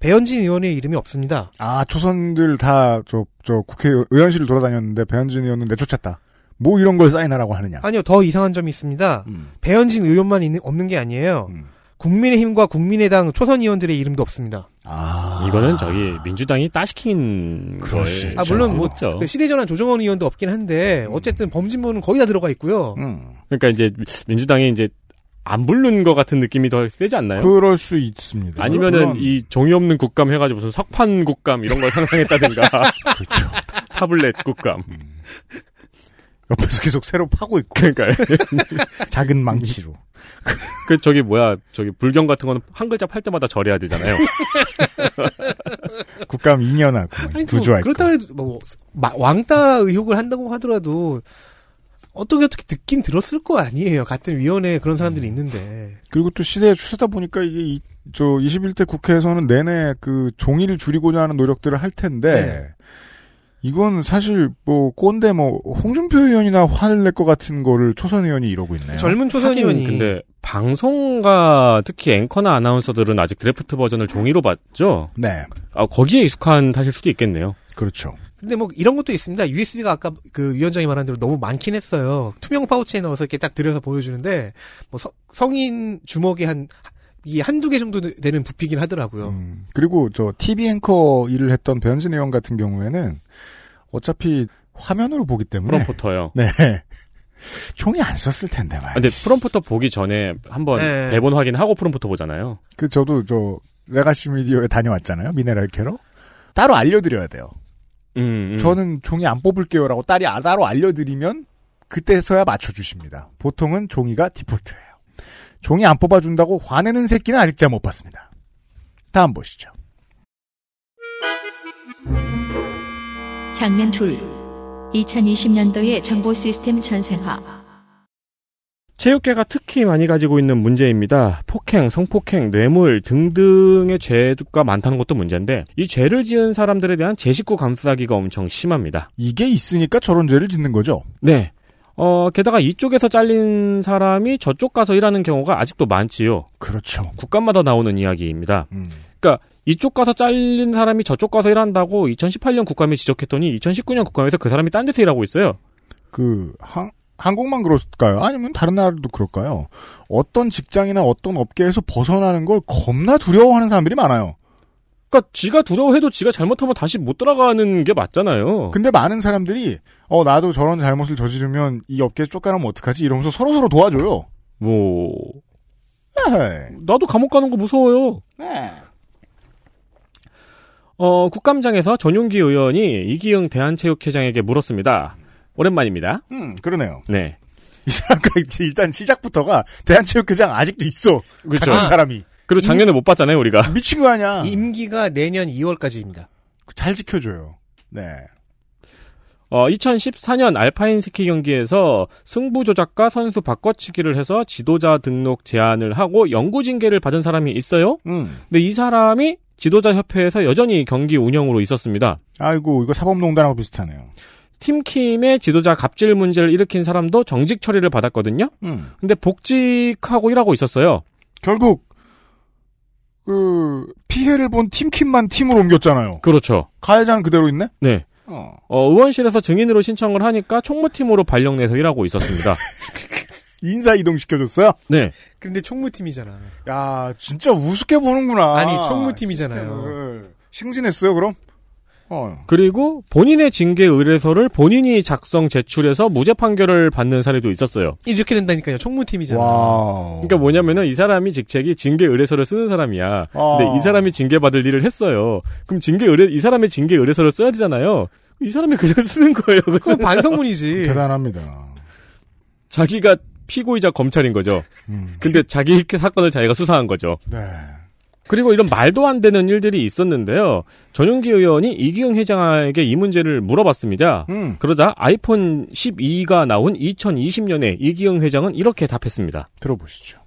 Speaker 4: 배현진 의원의 이름이 없습니다.
Speaker 3: 아 초선들 다 저 저 국회 의원실을 돌아다녔는데 배현진 의원은 내쫓았다. 뭐 이런 걸 사인하라고 하느냐.
Speaker 4: 아니요 더 이상한 점이 있습니다. 배현진 의원만 있는, 없는 게 아니에요. 국민의힘과 국민의당 초선 의원들의 이름도 없습니다.
Speaker 3: 아.
Speaker 2: 이거는 저기 민주당이 따시킨 거예요.
Speaker 4: 아, 물론 뭐
Speaker 2: 그렇죠.
Speaker 4: 그 시대전환 조정원 의원도 없긴 한데 어쨌든 범진보는 거의 다 들어가 있고요.
Speaker 3: 음.
Speaker 2: 그러니까 이제 민주당이 이제 안 부른 것 같은 느낌이 더 세지 않나요?
Speaker 3: 그럴 수 있습니다.
Speaker 2: 아니면은
Speaker 3: 그런-
Speaker 2: 이 종이 없는 국감 해가지고 무슨 석판 국감 이런 걸 상상했다든가. 그렇죠. 타블렛 국감.
Speaker 3: 옆에서 계속 새로 파고 있고.
Speaker 2: 그러니까요.
Speaker 3: 작은 망치로.
Speaker 2: 그 저기 뭐야 저기 불경 같은 거는 한 글자 팔 때마다 절해야 되잖아요.
Speaker 3: 국감 2년 하고
Speaker 4: 아니, 뭐
Speaker 3: 구조할 거.
Speaker 4: 그렇다고 해도 뭐, 마- 왕따 의혹을 한다고 하더라도 어떻게 어떻게 듣긴 들었을 거 아니에요. 같은 위원회에 그런 사람들이 있는데.
Speaker 3: 그리고 또 시대의 추세다 보니까 이게 이- 저 21대 국회에서는 내내 그 종이를 줄이고자 하는 노력들을 할 텐데 이건 사실 뭐 꼰대 뭐 홍준표 의원이나 화를 낼 것 같은 거를 초선 의원이 이러고 있네요.
Speaker 2: 하긴 근데 방송가 특히 앵커나 아나운서들은 아직 드래프트 버전을 종이로 봤죠.
Speaker 3: 네.
Speaker 2: 아 거기에 익숙한 사실 수도 있겠네요.
Speaker 3: 그렇죠.
Speaker 4: 근데 뭐 이런 것도 있습니다. USB가 아까 그 위원장이 말한 대로 너무 많긴 했어요. 투명 파우치에 넣어서 이렇게 딱 들여서 보여주는데 뭐 서- 성인 주먹이 한 이게 한두 개 정도 되는 부피긴 하더라고요.
Speaker 3: 음. 그리고 저 TV 앵커 일을 했던 변진 의원 같은 경우에는 어차피 화면으로 보기 때문에
Speaker 2: 프롬포터요.
Speaker 3: 네. 종이 안 썼을 텐데
Speaker 2: 아,
Speaker 3: 말.
Speaker 2: 근데 프롬포터 보기 전에 한번
Speaker 3: 네.
Speaker 2: 대본 확인하고 프롬포터 보잖아요.
Speaker 3: 그 저도 저 레가시 미디어에 다녀왔잖아요. 미네랄 캐러. 따로 알려드려야 돼요.
Speaker 2: 음, 음.
Speaker 3: 저는 종이 안 뽑을게요라고 딸이 아- 따로 알려드리면 그때서야 맞춰주십니다. 보통은 종이가 디폴트예요. 종이 안 뽑아준다고 화내는 새끼는 아직 잘 못 봤습니다. 다음 보시죠.
Speaker 1: 장면 둘 2020년도의 정보 시스템 전산화.
Speaker 2: 체육계가 특히 많이 가지고 있는 문제입니다. 폭행, 성폭행, 뇌물 등등의 죄가 많다는 것도 문제인데 이 죄를 지은 사람들에 대한 제식구 감싸기가 엄청 심합니다.
Speaker 3: 이게 있으니까 저런 죄를 짓는 거죠.
Speaker 2: 네. 어, 게다가 이쪽에서 잘린 사람이 저쪽 가서 일하는 경우가 아직도 많지요.
Speaker 3: 그렇죠. 음.
Speaker 2: 국감마다 나오는 이야기입니다. 그러니까 이쪽 가서 잘린 사람이 저쪽 가서 일한다고 2018년 국감에 지적했더니 2019년 국감에서 그 사람이 딴 데서 일하고 있어요.
Speaker 3: 그 한, 한국만 그럴까요? 아니면 다른 나라도 그럴까요? 어떤 직장이나 어떤 업계에서 벗어나는 걸 겁나 두려워하는 사람들이 많아요.
Speaker 2: 그러니까 지가 두려워해도 지가 잘못하면 다시 못 돌아가는 게 맞잖아요. 그
Speaker 3: 근데 많은 사람들이 어 나도 저런 잘못을 저지르면 이 업계에서 쫓겨나면 어떡하지? 이러면서 서로서로 도와줘요.
Speaker 2: 뭐
Speaker 3: 나도
Speaker 2: 감옥 가는 거 무서워요. 어, 국감장에서 전용기 의원이 이기영 대한체육회장에게 물었습니다. 오랜만입니다.
Speaker 3: 음, 그러네요.
Speaker 2: 네.
Speaker 3: 이 사람 일단 시작부터가 대한체육회장 아직도 있어.
Speaker 2: 그렇죠.
Speaker 3: 같은 사람이.
Speaker 2: 그리고 작년에 못 봤잖아요, 우리가.
Speaker 3: 미친 거
Speaker 4: 음.
Speaker 3: 아니야.
Speaker 4: 임기가 내년 2월까지입니다.
Speaker 3: 잘 지켜줘요. 네.
Speaker 2: 어, 2014년 알파인 스키 경기에서 승부 조작과 선수 바꿔치기를 해서 지도자 등록 제한을 하고 영구 징계를 받은 사람이 있어요. 근데 이 사람이 지도자 협회에서 여전히 경기 운영으로 있었습니다.
Speaker 3: 아이고 이거 사법농단하고 비슷하네요.
Speaker 2: 팀킴의 지도자 갑질 문제를 일으킨 사람도 정직 처리를 받았거든요.
Speaker 3: 음.
Speaker 2: 근데 복직하고 일하고 있었어요.
Speaker 3: 결국 그 피해를 본 팀킴만 팀으로 옮겼잖아요.
Speaker 2: 그렇죠.
Speaker 3: 가해자는 그대로 있네.
Speaker 2: 네.
Speaker 3: 어.
Speaker 2: 어, 의원실에서 증인으로 신청을 하니까 총무팀으로 발령내서 일하고 있었습니다.
Speaker 3: 인사 이동 시켜줬어요.
Speaker 2: 네.
Speaker 4: 근데 총무팀이잖아.
Speaker 3: 야 진짜 우습게 보는구나.
Speaker 4: 아니, 총무팀이잖아요.
Speaker 3: 시스템을. 싱신했어요 그럼? 어.
Speaker 2: 그리고 본인의 징계 의뢰서를 본인이 작성 제출해서 무죄 판결을 받는 사례도 있었어요.
Speaker 4: 이렇게 된다니까요. 총무팀이잖아.
Speaker 2: 그러니까 뭐냐면은 이 사람이 직책이 징계 의뢰서를 쓰는 사람이야. 근데 이 사람이 징계 받을 일을 했어요. 그럼 징계 의뢰 이 사람의 징계 의뢰서를 써야 되잖아요. 이 사람이 그냥 쓰는 거예요.
Speaker 4: 그건 반성문이지.
Speaker 3: 대단합니다.
Speaker 2: 자기가 피고이자 검찰인 거죠.
Speaker 3: 음.
Speaker 2: 근데 자기 사건을 자기가 수사한 거죠.
Speaker 3: 네.
Speaker 2: 그리고 이런 말도 안 되는 일들이 있었는데요. 전용기 의원이 이기영 회장에게 이 문제를 물어봤습니다.
Speaker 3: 음,
Speaker 2: 그러자 아이폰 12가 나온 2020년에 이기영 회장은 이렇게 답했습니다.
Speaker 3: 들어보시죠.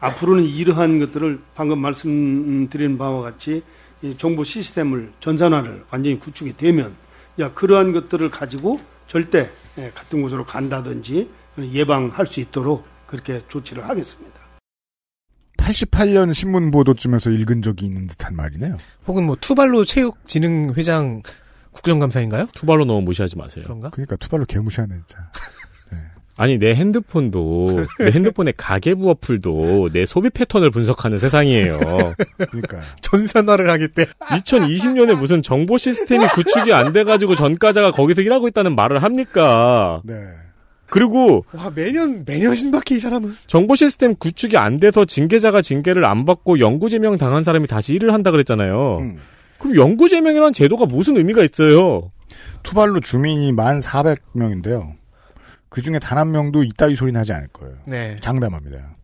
Speaker 11: 앞으로는 이러한 것들을 방금 말씀드린 바와 같이 이 정보 시스템을 전산화를 완전히 구축이 되면 야 그러한 것들을 가지고 절대 예, 같은 곳으로 간다든지 예방할 수 있도록 그렇게 조치를 하겠습니다.
Speaker 3: 88년 신문 보도쯤에서 읽은 적이 있는 듯한 말이네요.
Speaker 4: 혹은 뭐 투발로 체육진흥회장 국정감사인가요?
Speaker 2: 투발로 너무 무시하지 마세요.
Speaker 4: 네. 그런가?
Speaker 3: 그러니까 투발로 개무시하네 진짜.
Speaker 2: 아니 내 핸드폰도 내 핸드폰의 가계부 어플도 내 소비 패턴을 분석하는 세상이에요.
Speaker 3: 그러니까
Speaker 4: 전산화를 하겠대.
Speaker 2: 2020년에 무슨 정보 시스템이 구축이 안 돼가지고 전과자가 거기서 일하고 있다는 말을 합니까?
Speaker 3: 네.
Speaker 2: 그리고
Speaker 4: 와 매년 매년 신박해 이 사람은.
Speaker 2: 정보 시스템 구축이 안 돼서 징계자가 징계를 안 받고 영구제명 당한
Speaker 4: 음.
Speaker 2: 사람이 다시 일을 한다 그랬잖아요. 그럼 영구제명이라는 제도가 무슨 의미가 있어요?
Speaker 3: 투발루 주민이 1,400명인데요. 그 중에 단 한 명도 이따위 소리 나지 않을 거예요.
Speaker 4: 네.
Speaker 3: 장담합니다.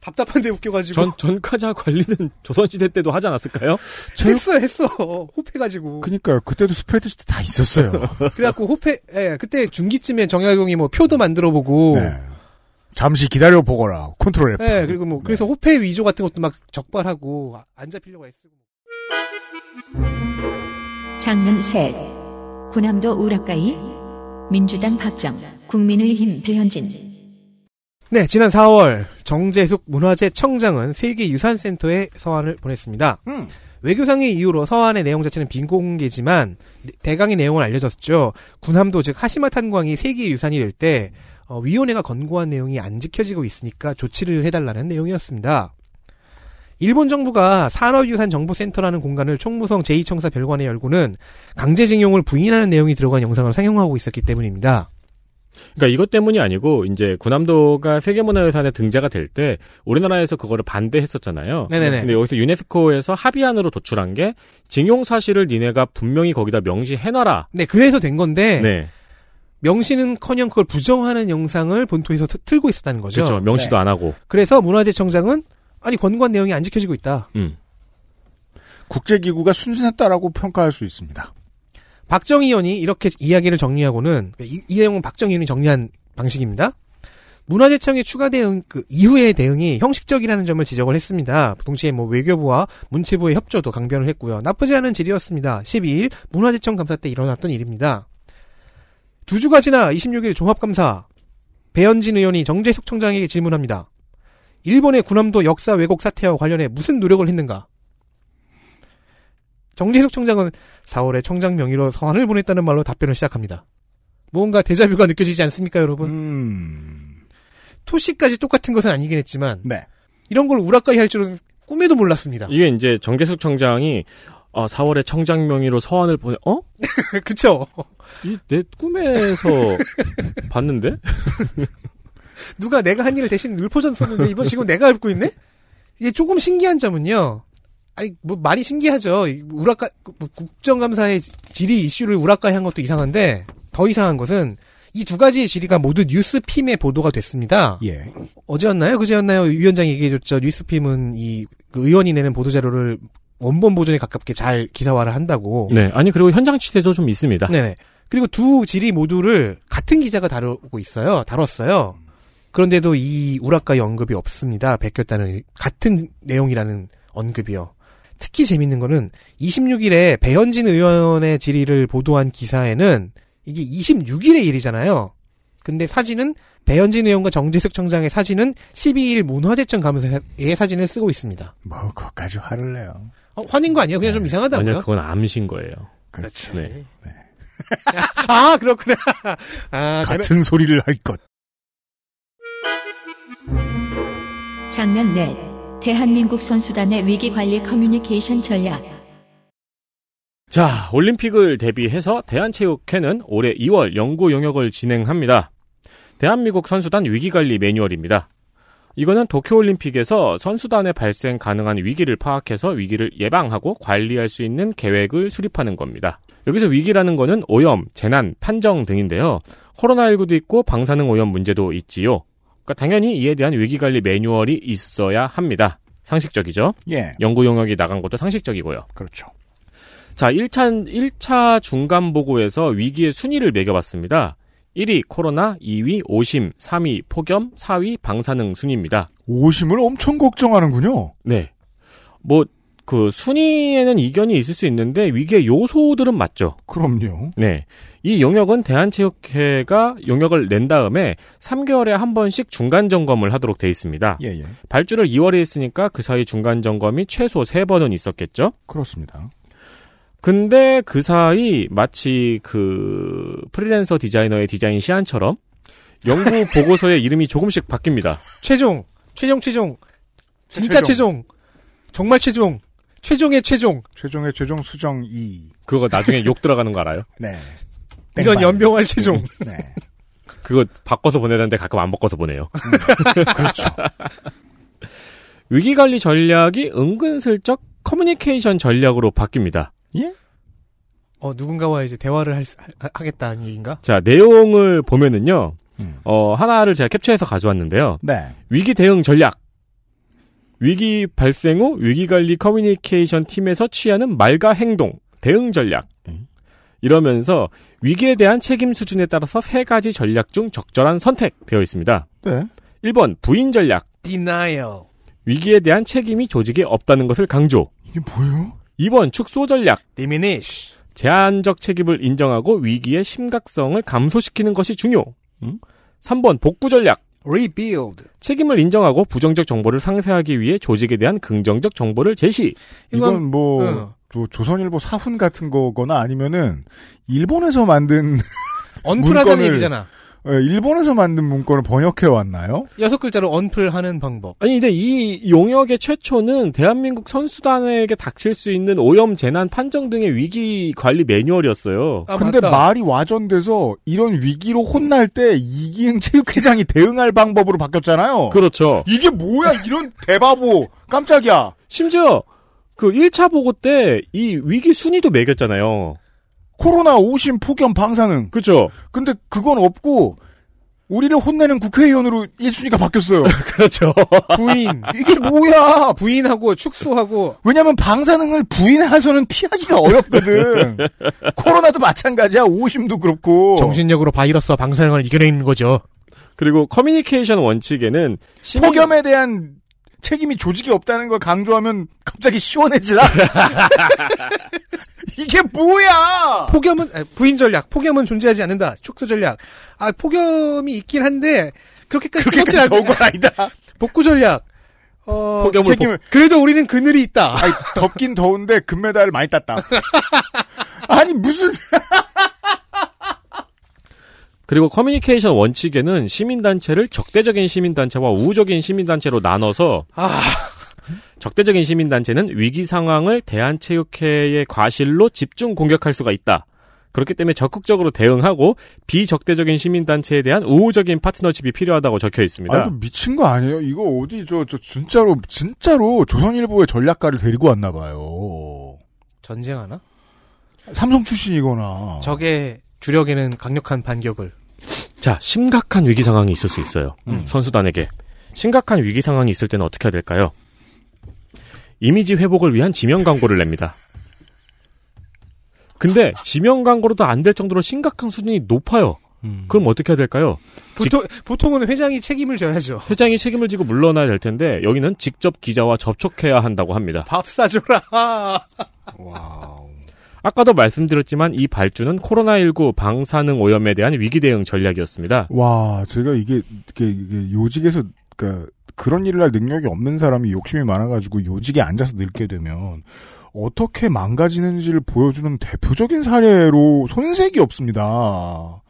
Speaker 4: 답답한데 웃겨가지고.
Speaker 2: 전 전카자 관리는 조선시대 때도 하지 않았을까요?
Speaker 4: 했어 했어 호패가지고.
Speaker 3: 그니까요. 그때도 스프레드시트 다 있었어요.
Speaker 4: 그래갖고 호패 예 그때 중기쯤에 정약용이 뭐 표도 만들어보고.
Speaker 3: 네. 잠시 기다려 보거라. 컨트롤 F.
Speaker 4: 예 그리고 뭐 그래서 호패 위조 같은 것도 막 적발하고 아, 안 잡히려고 애쓰고.
Speaker 1: 장면 셋. 군함도 우락가이. 민주당 박정. 국민의힘 배현진.
Speaker 4: 네, 지난 4월 정재숙 문화재 청장은 세계유산센터에 서한을 보냈습니다. 외교상의 이유로 서한의 내용 자체는 빈공개지만 네- 대강의 내용은 알려졌죠. 군함도 즉 하시마 탄광이 세계유산이 될 때 어, 위원회가 권고한 내용이 안 지켜지고 있으니까 조치를 해달라는 내용이었습니다. 일본 정부가 산업유산정보센터라는 공간을 총무성 제2청사 별관에 열고는 강제징용을 부인하는 내용이 들어간 영상을 상영하고 있었기 때문입니다.
Speaker 2: 그러니까 이것 때문이 아니고 이제 군함도가 세계문화유산에 등재가 될 때 우리나라에서 그거를 반대했었잖아요.
Speaker 4: 네네네.
Speaker 2: 근데 여기서 유네스코에서 합의안으로 도출한 게 징용 사실을 니네가 분명히 거기다 명시해놔라.
Speaker 4: 네, 그래서 된 건데
Speaker 2: 네.
Speaker 4: 명시는커녕 그걸 부정하는 영상을 본토에서 틀- 틀고 있었다는 거죠.
Speaker 2: 그렇죠. 명시도
Speaker 4: 네.
Speaker 2: 안 하고.
Speaker 4: 그래서 문화재청장은 아니 권고한 내용이 안 지켜지고 있다.
Speaker 2: 음.
Speaker 3: 국제기구가 순진했다라고 평가할 수 있습니다.
Speaker 4: 박정희 의원이 이렇게 이야기를 정리하고는 이, 이 내용은 박정희 의원이 정리한 방식입니다. 문화재청의 추가 대응 그 이후의 대응이 형식적이라는 점을 지적을 했습니다. 동시에 뭐 외교부와 문체부의 협조도 강변을 했고요. 나쁘지 않은 질이었습니다. 12일 문화재청 감사 때 일어났던 일입니다. 두 주가 지나 26일 종합감사 배현진 의원이 정재숙 청장에게 질문합니다. 일본의 군함도 역사 왜곡 사태와 관련해 무슨 노력을 했는가? 정재숙 청장은 4월에 청장 명의로 서한을 보냈다는 말로 답변을 시작합니다. 무언가 데자뷰가 느껴지지 않습니까,
Speaker 3: 뭐?
Speaker 4: 여러분?
Speaker 3: 음.
Speaker 4: 토시까지 똑같은 것은 아니긴 했지만
Speaker 3: 네.
Speaker 4: 이런 걸 우락가이 할 줄은 꿈에도 몰랐습니다.
Speaker 2: 아. 이게 이제 정재숙 청장이 어, 4월에 청장 명의로 서한을 보내. 어?
Speaker 4: 그쵸.
Speaker 2: 이내 꿈에서 봤는데?
Speaker 4: 누가 내가 한 일을 대신 율포전 썼는데 이번 지금 내가 읊고 있네? 이게 조금 신기한 점은요. 아니 뭐 많이 신기하죠. 이 우락가 뭐 국정감사의 질의 이슈를 우락가이 한 것도 이상한데 더 이상한 것은 이 두 가지의 질의가 모두 뉴스핌에 보도가 됐습니다.
Speaker 3: 예.
Speaker 4: 어제였나요? 그제였나요? 위원장이 얘기해줬죠. 뉴스핌은 이그 의원이 내는 보도자료를 원본 보존에 가깝게 잘 기사화를 한다고.
Speaker 2: 네. 아니 그리고 현장 취재도 좀 있습니다.
Speaker 4: 네네. 그리고 두 질의 모두를 같은 기자가 다루고 있어요. 다뤘어요. 그런데도 이 우라카이 언급이 없습니다. 베꼈다는 같은 내용이라는 언급이요. 특히 재밌는 거는 26일에 배현진 의원의 질의를 보도한 기사에는 이게 26일의 일이잖아요. 근데 사진은 배현진 의원과 정재석 청장의 사진은 12일 문화재청 감사의 사진을 쓰고 있습니다.
Speaker 3: 뭐 그것까지 화를 내요.
Speaker 4: 어, 화낸 거 아니에요? 그냥 좀 이상하다고요?
Speaker 2: 네. 아니요, 그건 암신 거예요.
Speaker 3: 그렇죠.
Speaker 2: 네.
Speaker 4: 아 그렇구나. 아,
Speaker 3: 같은 소리를 할 것.
Speaker 1: 장면 넷. 대한민국 선수단의 위기관리 커뮤니케이션 전략.
Speaker 2: 자, 올림픽을 대비해서 대한체육회는 올해 2월 연구 용역을 진행합니다. 대한민국 선수단 위기관리 매뉴얼입니다. 이거는 도쿄올림픽에서 선수단에 발생 가능한 위기를 파악해서 위기를 예방하고 관리할 수 있는 계획을 수립하는 겁니다. 여기서 위기라는 거는 오염, 재난, 판정 등인데요. 코로나19도 있고 방사능 오염 문제도 있지요. 그러니까 당연히 이에 대한 위기관리 매뉴얼이 있어야 합니다. 상식적이죠?
Speaker 3: 예.
Speaker 2: 연구 용역이 나간 것도 상식적이고요.
Speaker 3: 그렇죠.
Speaker 2: 자, 1차, 1차 중간 보고에서 위기의 순위를 매겨봤습니다. 1위 코로나, 2위 오심, 3위 폭염, 4위 방사능 순위입니다.
Speaker 3: 오심을 엄청 걱정하는군요.
Speaker 2: 네. 뭐, 그 순위에는 이견이 있을 수 있는데 위기의 요소들은 맞죠.
Speaker 3: 그럼요.
Speaker 2: 네. 이 영역은 대한체육회가 영역을 낸 다음에 3개월에 한 번씩 중간 점검을 하도록 돼 있습니다.
Speaker 3: 예, 예.
Speaker 2: 발주를 2월에 했으니까 그 사이 중간 점검이 최소 3번은 있었겠죠?
Speaker 3: 그렇습니다.
Speaker 2: 근데 그 사이 마치 그 프리랜서 디자이너의 디자인 시안처럼 연구 보고서의 이름이 조금씩 바뀝니다.
Speaker 4: 최종, 최종, 최종, 진짜 최종, 정말 최종, 최종의 최종.
Speaker 3: 최종의 최종 수정 2.
Speaker 2: 그거 나중에 욕 들어가는 거 알아요?
Speaker 3: 네.
Speaker 4: 이런 연병할 최종.
Speaker 3: 네.
Speaker 2: 그거 바꿔서 보내는데 가끔 안 바꿔서 보내요.
Speaker 3: 그렇죠.
Speaker 2: 위기관리 전략이 은근슬쩍 커뮤니케이션 전략으로 바뀝니다.
Speaker 3: 예?
Speaker 4: 어, 누군가와 이제 대화를 할, 수- 하- 하겠다는 얘기인가?
Speaker 2: 자, 내용을 보면은요. 어, 하나를 제가 캡처해서 가져왔는데요.
Speaker 3: 네.
Speaker 2: 위기 대응 전략. 위기 발생 후 위기 관리 커뮤니케이션 팀에서 취하는 말과 행동, 대응 전략. 이러면서 위기에 대한 책임 수준에 따라서 세 가지 전략 중 적절한 선택 되어 있습니다.
Speaker 3: 네.
Speaker 2: 1번 부인 전략.
Speaker 4: denial.
Speaker 2: 위기에 대한 책임이 조직에 없다는 것을 강조.
Speaker 3: 이게 뭐예요?
Speaker 2: 2번 축소 전략.
Speaker 4: diminish.
Speaker 2: 제한적 책임을 인정하고 위기의 심각성을 감소시키는 것이 중요. 3번 복구 전략.
Speaker 4: rebuild.
Speaker 2: 책임을 인정하고 부정적 정보를 상쇄하기 위해 조직에 대한 긍정적 정보를 제시.
Speaker 3: 이건 뭐 조- 조선일보 사훈 같은 거거나 아니면은 일본에서 만든
Speaker 4: 언플하자는
Speaker 3: 문건을-
Speaker 4: 얘기잖아.
Speaker 3: 예, 일본에서 만든 문건을 번역해 왔나요?
Speaker 4: 여섯 글자로 언플하는 방법.
Speaker 2: 아니 근데 이 용역의 최초는 대한민국 선수단에게 닥칠 수 있는 오염 재난 판정 등의 위기 관리 매뉴얼이었어요.
Speaker 4: 아,
Speaker 3: 근데 말이 와전돼서 이런 위기로 혼날 때 이기흥 체육회장이 대응할 방법으로 바뀌었잖아요.
Speaker 2: 그렇죠.
Speaker 3: 이게 뭐야 이런 대바보 깜짝이야.
Speaker 2: 심지어 그 1차 보고 때 이 위기 순위도 매겼잖아요.
Speaker 3: 코로나 오심 폭염 방사능.
Speaker 2: 그죠?
Speaker 3: 근데 그건 없고 우리를 혼내는 국회의원으로 1순위가 바뀌었어요.
Speaker 2: 그렇죠.
Speaker 4: 부인.
Speaker 3: 이게 뭐야?
Speaker 4: 부인하고 축소하고.
Speaker 3: 왜냐면 방사능을 부인해서는 피하기가 어렵거든. 코로나도 마찬가지야. 오심도 그렇고.
Speaker 4: 정신력으로 바이러스와 방사능을 이겨내는 거죠.
Speaker 2: 그리고 커뮤니케이션 원칙에는 시민-
Speaker 3: 폭염에 대한 책임이 조직이 없다는 걸 강조하면 갑자기 시원해지라. 이게 뭐야?
Speaker 4: 폭염은 아니, 부인 전략, 폭염은 존재하지 않는다. 축소 전략. 아 폭염이 있긴 한데 그렇게까지 그렇게까지
Speaker 3: 더운 건 아니다.
Speaker 4: 복구 전략. 어,
Speaker 3: 폭염을
Speaker 4: 책임을-
Speaker 3: 복-
Speaker 4: 그래도 우리는 그늘이 있다.
Speaker 3: 아니, 덥긴 더운데 금메달을 많이 땄다. 아니 무슨
Speaker 2: 그리고 커뮤니케이션 원칙에는 시민단체를 적대적인 시민단체와 우호적인 시민단체로 나눠서
Speaker 3: 아.
Speaker 2: 적대적인 시민단체는 위기 상황을 대한체육회의 과실로 집중 공격할 수가 있다. 그렇기 때문에 적극적으로 대응하고 비적대적인 시민단체에 대한 우호적인 파트너십이 필요하다고 적혀 있습니다.
Speaker 3: 아, 이거 미친 거 아니에요? 이거 어디 저, 저 진짜로 진짜로 조선일보의 전략가를 데리고 왔나 봐요.
Speaker 4: 전쟁하나?
Speaker 3: 삼성 출신이거나.
Speaker 4: 적의 주력에는 강력한 반격을.
Speaker 2: 자, 심각한 위기 상황이 있을 수 있어요. 선수단에게. 심각한 위기 상황이 있을 때는 어떻게 해야 될까요? 이미지 회복을 위한 지명 광고를 냅니다. 근데 지명 광고로도 안 될 정도로 심각한 수준이 높아요. 그럼 어떻게 해야 될까요?
Speaker 4: 보통 보통은 회장이 책임을 져야죠.
Speaker 2: 회장이 책임을 지고 물러나야 될 텐데 여기는 직접 기자와 접촉해야 한다고 합니다.
Speaker 4: 밥 사줘라.
Speaker 2: 아까도 말씀드렸지만 이 발주는 코로나19 방사능 오염에 대한 위기 대응 전략이었습니다.
Speaker 3: 와, 제가 이게, 이게, 이게 요직에서, 그니까, 그런 일을 할 능력이 없는 사람이 욕심이 많아가지고 요직에 앉아서 늙게 되면, 어떻게 망가지는지를 보여주는 대표적인 사례로 손색이 없습니다.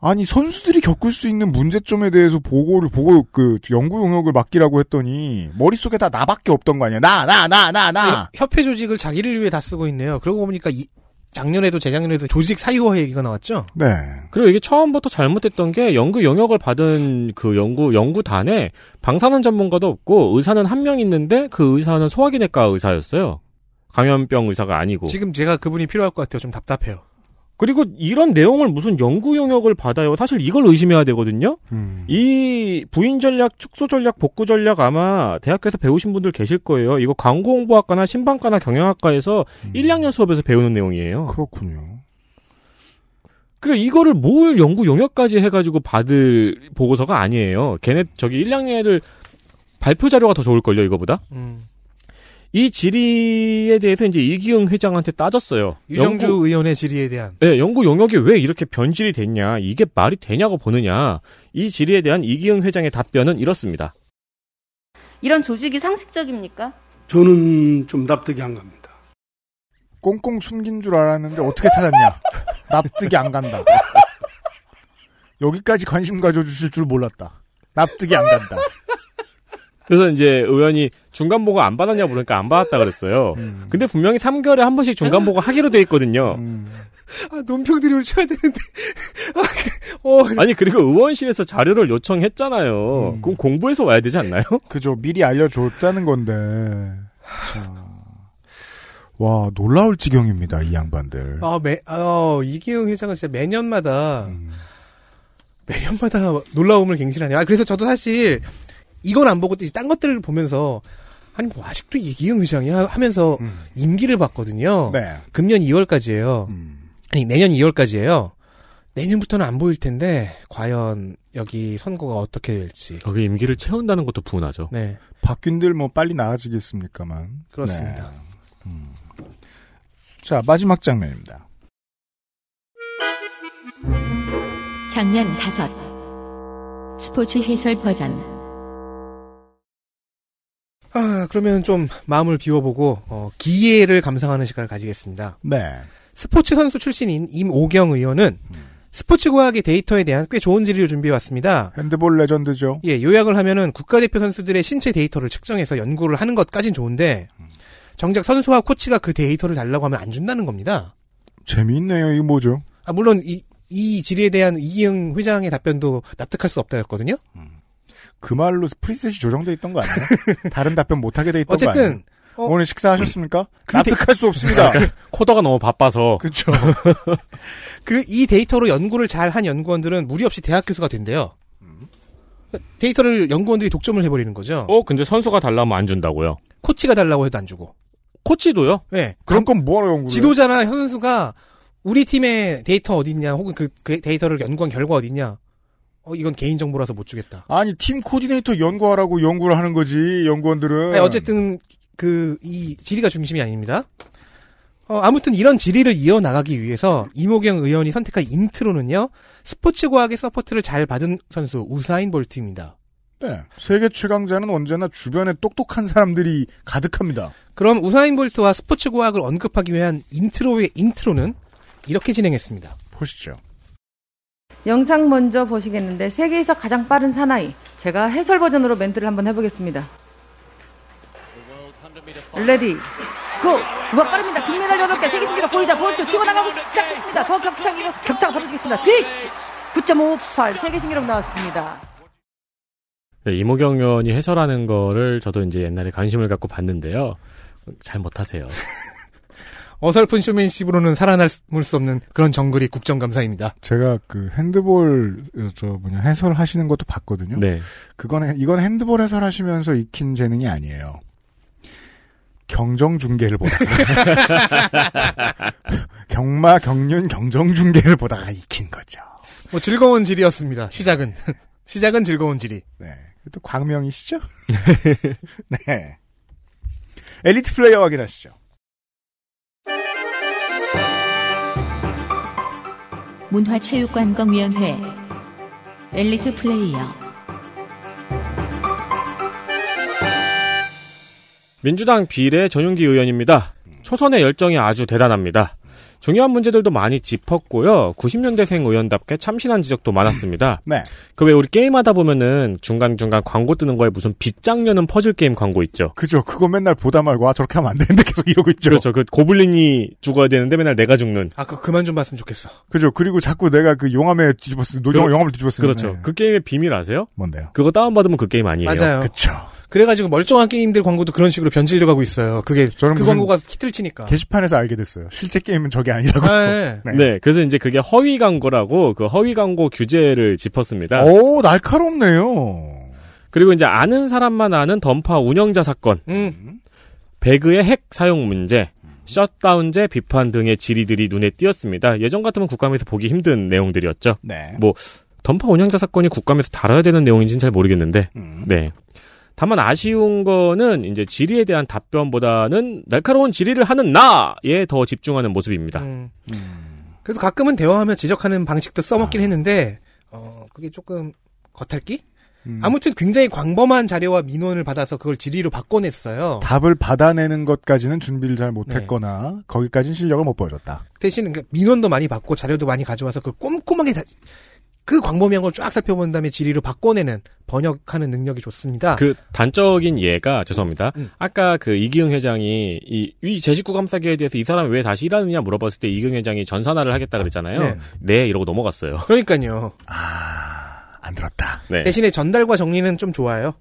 Speaker 3: 아니, 선수들이 겪을 수 있는 문제점에 대해서 보고를, 보고, 그, 연구 용역을 맡기라고 했더니, 머릿속에 다 나밖에 없던 거 아니야. 나, 나, 나, 나, 나!
Speaker 4: 협회 조직을 자기를 위해 다 쓰고 있네요. 그러고 보니까 이- 작년에도 재작년에도 조직 사유화 얘기가 나왔죠.
Speaker 3: 네.
Speaker 2: 그리고 이게 처음부터 잘못됐던 게 연구 영역을 받은 그 연구 연구단에 방사능 전문가도 없고 의사는 한 명 있는데 그 의사는 소화기내과 의사였어요. 감염병 의사가 아니고.
Speaker 4: 지금 제가 그분이 필요할 것 같아요. 좀 답답해요.
Speaker 2: 그리고 이런 내용을 무슨 연구 영역을 받아요. 사실 이걸 의심해야 되거든요.
Speaker 3: 음.
Speaker 2: 이 부인 전략, 축소 전략, 복구 전략 아마 대학교에서 배우신 분들 계실 거예요. 이거 광고 홍보학과나 신방과나 경영학과에서
Speaker 3: 음.
Speaker 2: 1학년 수업에서 배우는 내용이에요.
Speaker 3: 그렇군요.
Speaker 2: 그러니까 이거를 뭘 연구 용역까지 해가지고 받을 보고서가 아니에요. 걔네 저기 1학년 애들 발표 자료가 더 좋을걸요 이거보다.
Speaker 4: 음.
Speaker 2: 이 질의에 대해서 이제 이기영 회장한테 따졌어요.
Speaker 4: 유정주
Speaker 2: 연구-
Speaker 4: 의원의 질의에 대한
Speaker 2: 네, 연구 용역이 왜 이렇게 변질이 됐냐, 이게 말이 되냐고 보느냐, 이 질의에 대한 이기영 회장의 답변은 이렇습니다.
Speaker 14: 이런 조직이 상식적입니까?
Speaker 11: 저는 좀 납득이 안 갑니다.
Speaker 3: 꽁꽁 숨긴 줄 알았는데 어떻게 찾았냐. 납득이 안 간다. 여기까지 관심 가져주실 줄 몰랐다. 납득이 안 간다.
Speaker 2: 그래서 이제 의원이 중간 보고 안 받았냐 물으니까 안 받았다 그랬어요.
Speaker 3: 음.
Speaker 2: 근데 분명히 3개월에 한 번씩 중간 보고 하기로 돼 있거든요.
Speaker 4: 아, 논평들이 울쳐야 되는데. 어,
Speaker 2: 아니 그리고 의원실에서 자료를 요청했잖아요.
Speaker 4: 음.
Speaker 2: 그럼 공부해서 와야 되지 않나요?
Speaker 3: 그죠. 미리 알려줬다는 건데. 자. 와 놀라울 지경입니다 이 양반들.
Speaker 4: 아, 매, 아, 이기웅 회장은 진짜 매년마다, 매년마다 놀라움을 갱신하냐. 아, 그래서 저도 사실, 이건 안 보고, 또딴 것들을 보면서, 아니, 뭐, 아직도 이기웅 회장이야? 하면서,
Speaker 3: 음.
Speaker 4: 임기를 봤거든요.
Speaker 3: 네.
Speaker 4: 금년 2월까지예요
Speaker 3: 음.
Speaker 4: 아니, 내년 2월까지예요 내년부터는 안 보일 텐데, 과연, 여기 선거가 어떻게 될지.
Speaker 2: 여기 임기를 채운다는 것도 분하죠.
Speaker 4: 네.
Speaker 3: 박균들 뭐 빨리 나아지겠습니까만.
Speaker 4: 그렇습니다.
Speaker 3: 네. 음. 자 마지막 장면입니다.
Speaker 1: 장면 다섯 스포츠 해설 버전
Speaker 4: 아, 그러면 좀 마음을 비워보고 어, 기회를 감상하는 시간을 가지겠습니다.
Speaker 3: 네.
Speaker 4: 스포츠 선수 출신인 임오경 의원은 스포츠 과학의 데이터에 대한 꽤 좋은 질의를 준비해 왔습니다.
Speaker 3: 핸드볼 레전드죠.
Speaker 4: 예, 요약을 하면은 국가대표 선수들의 신체 데이터를 측정해서 연구를 하는 것까진 좋은데 정작 선수와 코치가 그 데이터를 달라고 하면 안 준다는 겁니다.
Speaker 3: 재미있네요 이거 뭐죠?
Speaker 4: 아, 물론 이, 이 질의에 대한 이기영 회장의 답변도 납득할 수 없다였거든요.
Speaker 3: 그 말로 프리셋이 조정돼 있던 거 아니에요? 다른 답변 못 하게 돼 있던 거 아니에요?
Speaker 4: 어쨌든
Speaker 3: 오늘 식사하셨습니까? 납득할 수 없습니다.
Speaker 2: 코더가 너무 바빠서.
Speaker 3: 그렇죠.
Speaker 4: 그 이 데이터로 연구를 잘 한 연구원들은 무리 없이 대학 교수가 된대요.
Speaker 3: 음.
Speaker 4: 데이터를 연구원들이 독점을 해버리는 거죠.
Speaker 2: 어, 근데 선수가 달라면 안 준다고요.
Speaker 4: 코치가 달라고 해도 안 주고.
Speaker 2: 코치도요?
Speaker 4: 네.
Speaker 3: 그런 건 뭐하러 연구를?
Speaker 4: 지도자나 선수가 우리 팀의 데이터 어디 있냐, 혹은 그, 그 데이터를 연구한 결과 어디 있냐. 어, 이건 개인 정보라서 못 주겠다.
Speaker 3: 아니 팀 코디네이터 연구하라고 연구를 하는 거지 연구원들은.
Speaker 4: 아니, 어쨌든 그 이 질의가 중심이 아닙니다. 어, 아무튼 이런 질의를 이어 나가기 위해서 이모경 의원이 선택한 인트로는요. 스포츠 과학의 서포트를 잘 받은 선수 우사인 볼트입니다.
Speaker 3: 네. 세계 최강자는 언제나 주변에 똑똑한 사람들이 가득합니다.
Speaker 4: 그럼 우사인 볼트와 스포츠 과학을 언급하기 위한 인트로의 인트로는 이렇게 진행했습니다.
Speaker 3: 보시죠.
Speaker 14: 영상 먼저 보시겠는데 세계에서 가장 빠른 사나이. 제가 해설 버전으로 멘트를 한번 해보겠습니다. 레디 고! 우와 빠릅니다. 금메달 8개 세계 신기록 보이자 볼트 치고 나가고 시작했습니다. 더 격차기 격차가 벌어지겠습니다. 빛! 9.58 세계 신기록 나왔습니다.
Speaker 2: 네, 이모경 의원이 해설하는 거를 저도 이제 옛날에 관심을 갖고 봤는데요. 잘 못하세요.
Speaker 4: 어설픈 쇼맨십으로는 살아남을 수 없는 그런 정글이 국정감사입니다.
Speaker 3: 제가 그 핸드볼 어, 저 뭐냐 해설하시는 것도 봤거든요.
Speaker 2: 네.
Speaker 3: 그건 해- 이건 핸드볼 해설하시면서 익힌 재능이 아니에요. 경정 중계를 보다가 경마 경륜 경정 중계를 보다가 익힌 거죠.
Speaker 4: 뭐 즐거운 질이었습니다. 시작은 시작은 즐거운 질이.
Speaker 3: 네. 또 광명이시죠? 네. 엘리트 플레이어 확인하시죠.
Speaker 1: 문화체육관광위원회 엘리트 플레이어
Speaker 2: 민주당 비례 전용기 의원입니다. 초선의 열정이 아주 대단합니다. 중요한 문제들도 많이 짚었고요. 90년대생 의원답게 참신한 지적도 많았습니다.
Speaker 3: 네.
Speaker 2: 그 왜 우리 게임하다 보면은 중간중간 광고 뜨는 거에 무슨 빗장려는 퍼즐 게임 광고 있죠.
Speaker 3: 그죠. 그거 맨날 보다 말고 아 저렇게 하면 안 되는데 계속 이러고 있죠.
Speaker 2: 그렇죠. 그 고블린이 죽어야 되는데 맨날 내가 죽는.
Speaker 4: 아, 그 그만 좀 봤으면 좋겠어.
Speaker 3: 그죠. 그리고 자꾸 내가 그 용암에 뒤집었을 노
Speaker 2: 그-
Speaker 3: 용암을 뒤집었을
Speaker 2: 그렇죠. 그 게임의 비밀 아세요?
Speaker 3: 뭔데요?
Speaker 2: 그거 다운받으면 그 게임 아니에요.
Speaker 4: 맞아요.
Speaker 3: 예, 그쵸.
Speaker 4: 그래가지고 멀쩡한 게임들 광고도 그런 식으로 변질돼 가고 있어요. 그게 그
Speaker 3: 무슨-
Speaker 4: 광고가 키틀 치니까.
Speaker 3: 게시판에서 알게 됐어요. 실제 게임은 저게 아니라고.
Speaker 4: 네.
Speaker 2: 네. 그래서 이제 그게 허위 광고라고 그 허위 광고 규제를 짚었습니다.
Speaker 3: 오 날카롭네요.
Speaker 2: 그리고 이제 아는 사람만 아는 던파 운영자 사건,
Speaker 3: 음.
Speaker 4: 음,
Speaker 2: 배그의 핵 사용 문제, 셧다운제 비판 등의 질의들이 눈에 띄었습니다. 예전 같으면 국감에서 보기 힘든 내용들이었죠.
Speaker 3: 네.
Speaker 2: 뭐 던파 운영자 사건이 국감에서 다뤄야 되는 내용인지는 잘 모르겠는데, 네. 다만 아쉬운 거는 이제 질의에 대한 답변보다는 날카로운 질의를 하는 나에 더 집중하는 모습입니다.
Speaker 4: 음.
Speaker 3: 음.
Speaker 4: 그래도 가끔은 대화하며 지적하는 방식도
Speaker 3: 아.
Speaker 4: 써먹긴 했는데 어 그게 조금 겉핥기?
Speaker 3: 음.
Speaker 4: 아무튼 굉장히 광범한 자료와 민원을 받아서 그걸 질의로 바꿔냈어요.
Speaker 3: 답을 받아내는 것까지는 준비를 잘
Speaker 4: 네.
Speaker 3: 못했거나 거기까지는 실력을 못 보여줬다.
Speaker 4: 대신 그 민원도 많이 받고 자료도 많이 가져와서 그걸 꼼꼼하게 다, 그 광범위한 걸 쫙 살펴본 다음에 질의로 바꿔내는 번역하는 능력이 좋습니다.
Speaker 2: 그 단적인 예가 죄송합니다.
Speaker 4: 음.
Speaker 2: 아까 그 이기흥 회장이 이, 이 제식구 감싸기에 대해서 이 사람 왜 다시 일하느냐 물어봤을 때 이기흥 회장이 전산화를 하겠다 그랬잖아요.
Speaker 4: 네.
Speaker 2: 네, 이러고 넘어갔어요.
Speaker 4: 그러니까요.
Speaker 3: 아, 안 들었다.
Speaker 2: 네. 음.
Speaker 4: 대신에 전달과 정리는 좀 좋아요.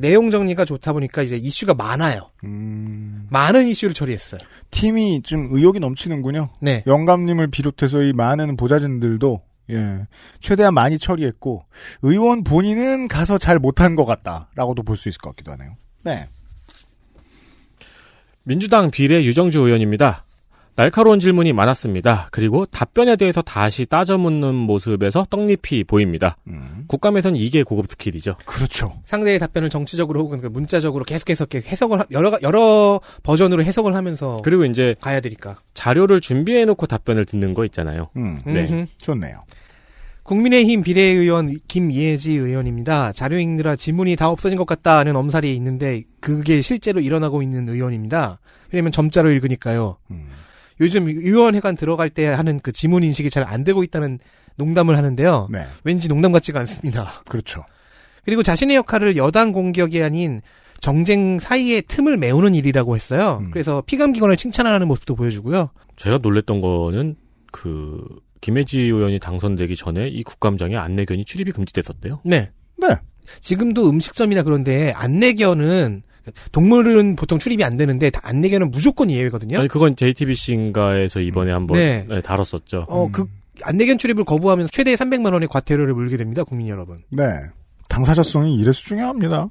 Speaker 4: 내용 정리가 좋다 보니까 이제 이슈가 많아요.
Speaker 2: 음.
Speaker 4: 많은 이슈를 처리했어요.
Speaker 3: 팀이 좀 의욕이 넘치는군요.
Speaker 4: 네.
Speaker 3: 영감님을 비롯해서 이 많은 보좌진들도 예, 최대한 많이 처리했고 의원 본인은 가서 잘 못한 것 같다라고도 볼 수 있을 것 같기도 하네요. 네.
Speaker 2: 민주당 비례 유정주 의원입니다. 날카로운 질문이 많았습니다. 그리고 답변에 대해서 다시 따져 묻는 모습에서 떡잎이 보입니다. 국감에선 이게 고급 스킬이죠.
Speaker 3: 음, 그렇죠.
Speaker 4: 상대의 답변을 정치적으로 혹은 그 문자적으로 계속해서 이렇게 해석을 하- 여러 가- 여러 버전으로 해석을 하면서
Speaker 2: 그리고 이제
Speaker 4: 가야 되니까.
Speaker 2: 자료를 준비해 놓고 답변을 듣는 거 있잖아요. 네.
Speaker 4: 음흠.
Speaker 3: 좋네요.
Speaker 4: 국민의힘 비례의원 김예지 의원입니다. 자료 읽느라 지문이 다 없어진 것 같다는 엄살이 있는데 그게 실제로 일어나고 있는 의원입니다. 왜냐면 점자로 읽으니까요.
Speaker 3: 음,
Speaker 4: 요즘 의원회관 들어갈 때 하는 그 지문 인식이 잘 안 되고 있다는 농담을 하는데요.
Speaker 3: 네.
Speaker 4: 왠지 농담 같지가 않습니다.
Speaker 3: 그렇죠.
Speaker 4: 그리고 자신의 역할을 여당 공격이 아닌 정쟁 사이의 틈을 메우는 일이라고 했어요.
Speaker 2: 음.
Speaker 4: 그래서 피감기관을 칭찬하는 모습도 보여주고요.
Speaker 2: 제가 놀랬던 거는 그 김혜지 의원이 당선되기 전에 이 국감장에 안내견이 출입이 금지됐었대요.
Speaker 4: 네.
Speaker 3: 네.
Speaker 4: 지금도 음식점이나 그런데 안내견은 동물은 보통 출입이 안 되는데 다 안내견은 무조건 예외거든요.
Speaker 2: 아니 그건 JTBC인가에서 이번에 한번
Speaker 4: 네.
Speaker 2: 네, 다뤘었죠.
Speaker 4: 어, 그 안내견 출입을 거부하면서 최대 300만 원의 과태료를 물게 됩니다, 국민 여러분.
Speaker 3: 네. 당사자성이 이래서 중요합니다.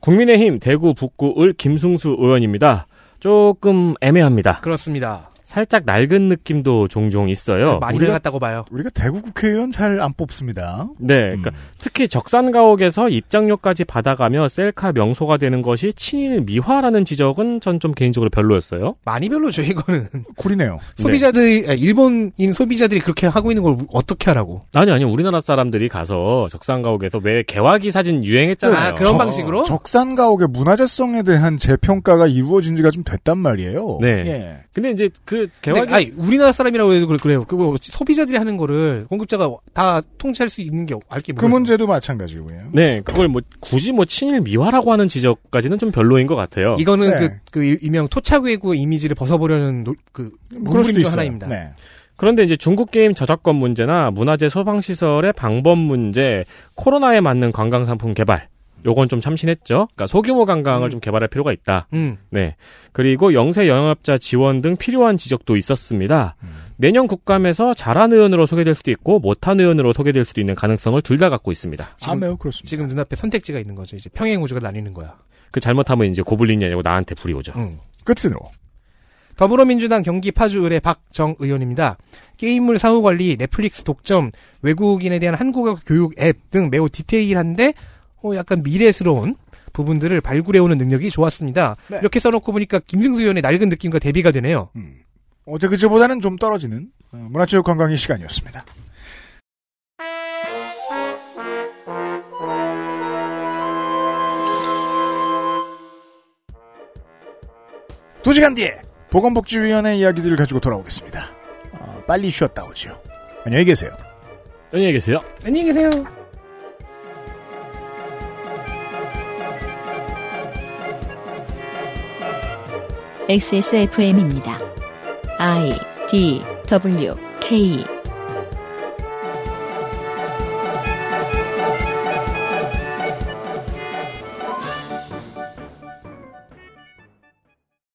Speaker 2: 국민의힘 대구 북구 을 김승수 의원입니다. 조금 애매합니다.
Speaker 4: 그렇습니다.
Speaker 2: 살짝 낡은 느낌도 종종 있어요.
Speaker 4: 많이
Speaker 2: 우리가-
Speaker 4: 낡았다고 봐요.
Speaker 3: 우리가 대구 국회의원 잘 안 뽑습니다.
Speaker 2: 네,
Speaker 4: 음.
Speaker 2: 그러니까 특히 적산가옥에서 입장료까지 받아가며 셀카 명소가 되는 것이 친일 미화라는 지적은 전 좀 개인적으로 별로였어요.
Speaker 4: 많이 별로죠, 이거는.
Speaker 3: 굴이네요.
Speaker 4: 소비자들이 아니, 일본인 소비자들이 그렇게 하고 있는 걸 어떻게 하라고?
Speaker 2: 아니 아니 우리나라 사람들이 가서 적산가옥에서 왜 개화기 사진 유행했잖아요.
Speaker 4: 어.
Speaker 3: 적- 적산가옥의 문화재성에 대한 재평가가 이루어진 지가 좀 됐단 말이에요.
Speaker 2: 네.
Speaker 3: 예.
Speaker 2: 근데 이제 그 개화기
Speaker 4: 아니, 우리나라 사람이라고 해도 그래- 그래요. 그 뭐, 소비자들이 하는 거를 공급자가 다 통제할 수 있는 게 알게
Speaker 3: 그 문제도 마찬가지고요.
Speaker 2: 네, 그걸 뭐 굳이 뭐 친일 미화라고 하는 지적까지는 좀 별로인 것 같아요.
Speaker 4: 이거는 그, 그 일- 일명 토착외구 이미지를 벗어보려는 노- 그 문물인 중 하나입니다.
Speaker 3: 네.
Speaker 2: 그런데 이제 중국 게임 저작권 문제나 문화재 소방 시설의 방법 문제, 코로나에 맞는 관광 상품 개발. 요건 좀 참신했죠. 그러니까 소규모 관광을 좀 개발할 필요가 있다.
Speaker 4: 음.
Speaker 2: 네. 그리고 영세 영업자 지원 등 필요한 지적도 있었습니다. 내년 국감에서 잘한 의원으로 소개될 수도 있고 못한 의원으로 소개될 수도 있는 가능성을 둘 다 갖고 있습니다.
Speaker 3: 아,
Speaker 4: 지금, 지금 눈앞에 선택지가 있는 거죠. 이제 평행 우주가 나뉘는 거야.
Speaker 2: 그 잘못하면 이제 고블린이 아니고 나한테 불이 오죠.
Speaker 3: 끝으로
Speaker 4: 더불어민주당 경기 파주 의뢰 박정 의원입니다. 게임물 사후 관리, 넷플릭스 독점, 외국인에 대한 한국어 교육 앱 등 매우 디테일한데 어, 약간 미래스러운 부분들을 발굴해오는 능력이 좋았습니다.
Speaker 3: 네.
Speaker 4: 이렇게 써놓고 보니까 김승수 의원의 낡은 느낌과 대비가 되네요.
Speaker 3: 어제 그제보다는 좀 떨어지는 어, 문화체육 관광의 시간이었습니다. 두 시간 뒤에 보건복지위원회 이야기들을 가지고 돌아오겠습니다. 어, 빨리 쉬었다 오지요. 안녕히 계세요.
Speaker 2: 안녕히 계세요.
Speaker 4: 안녕히 계세요.
Speaker 1: XSFM입니다. I D W K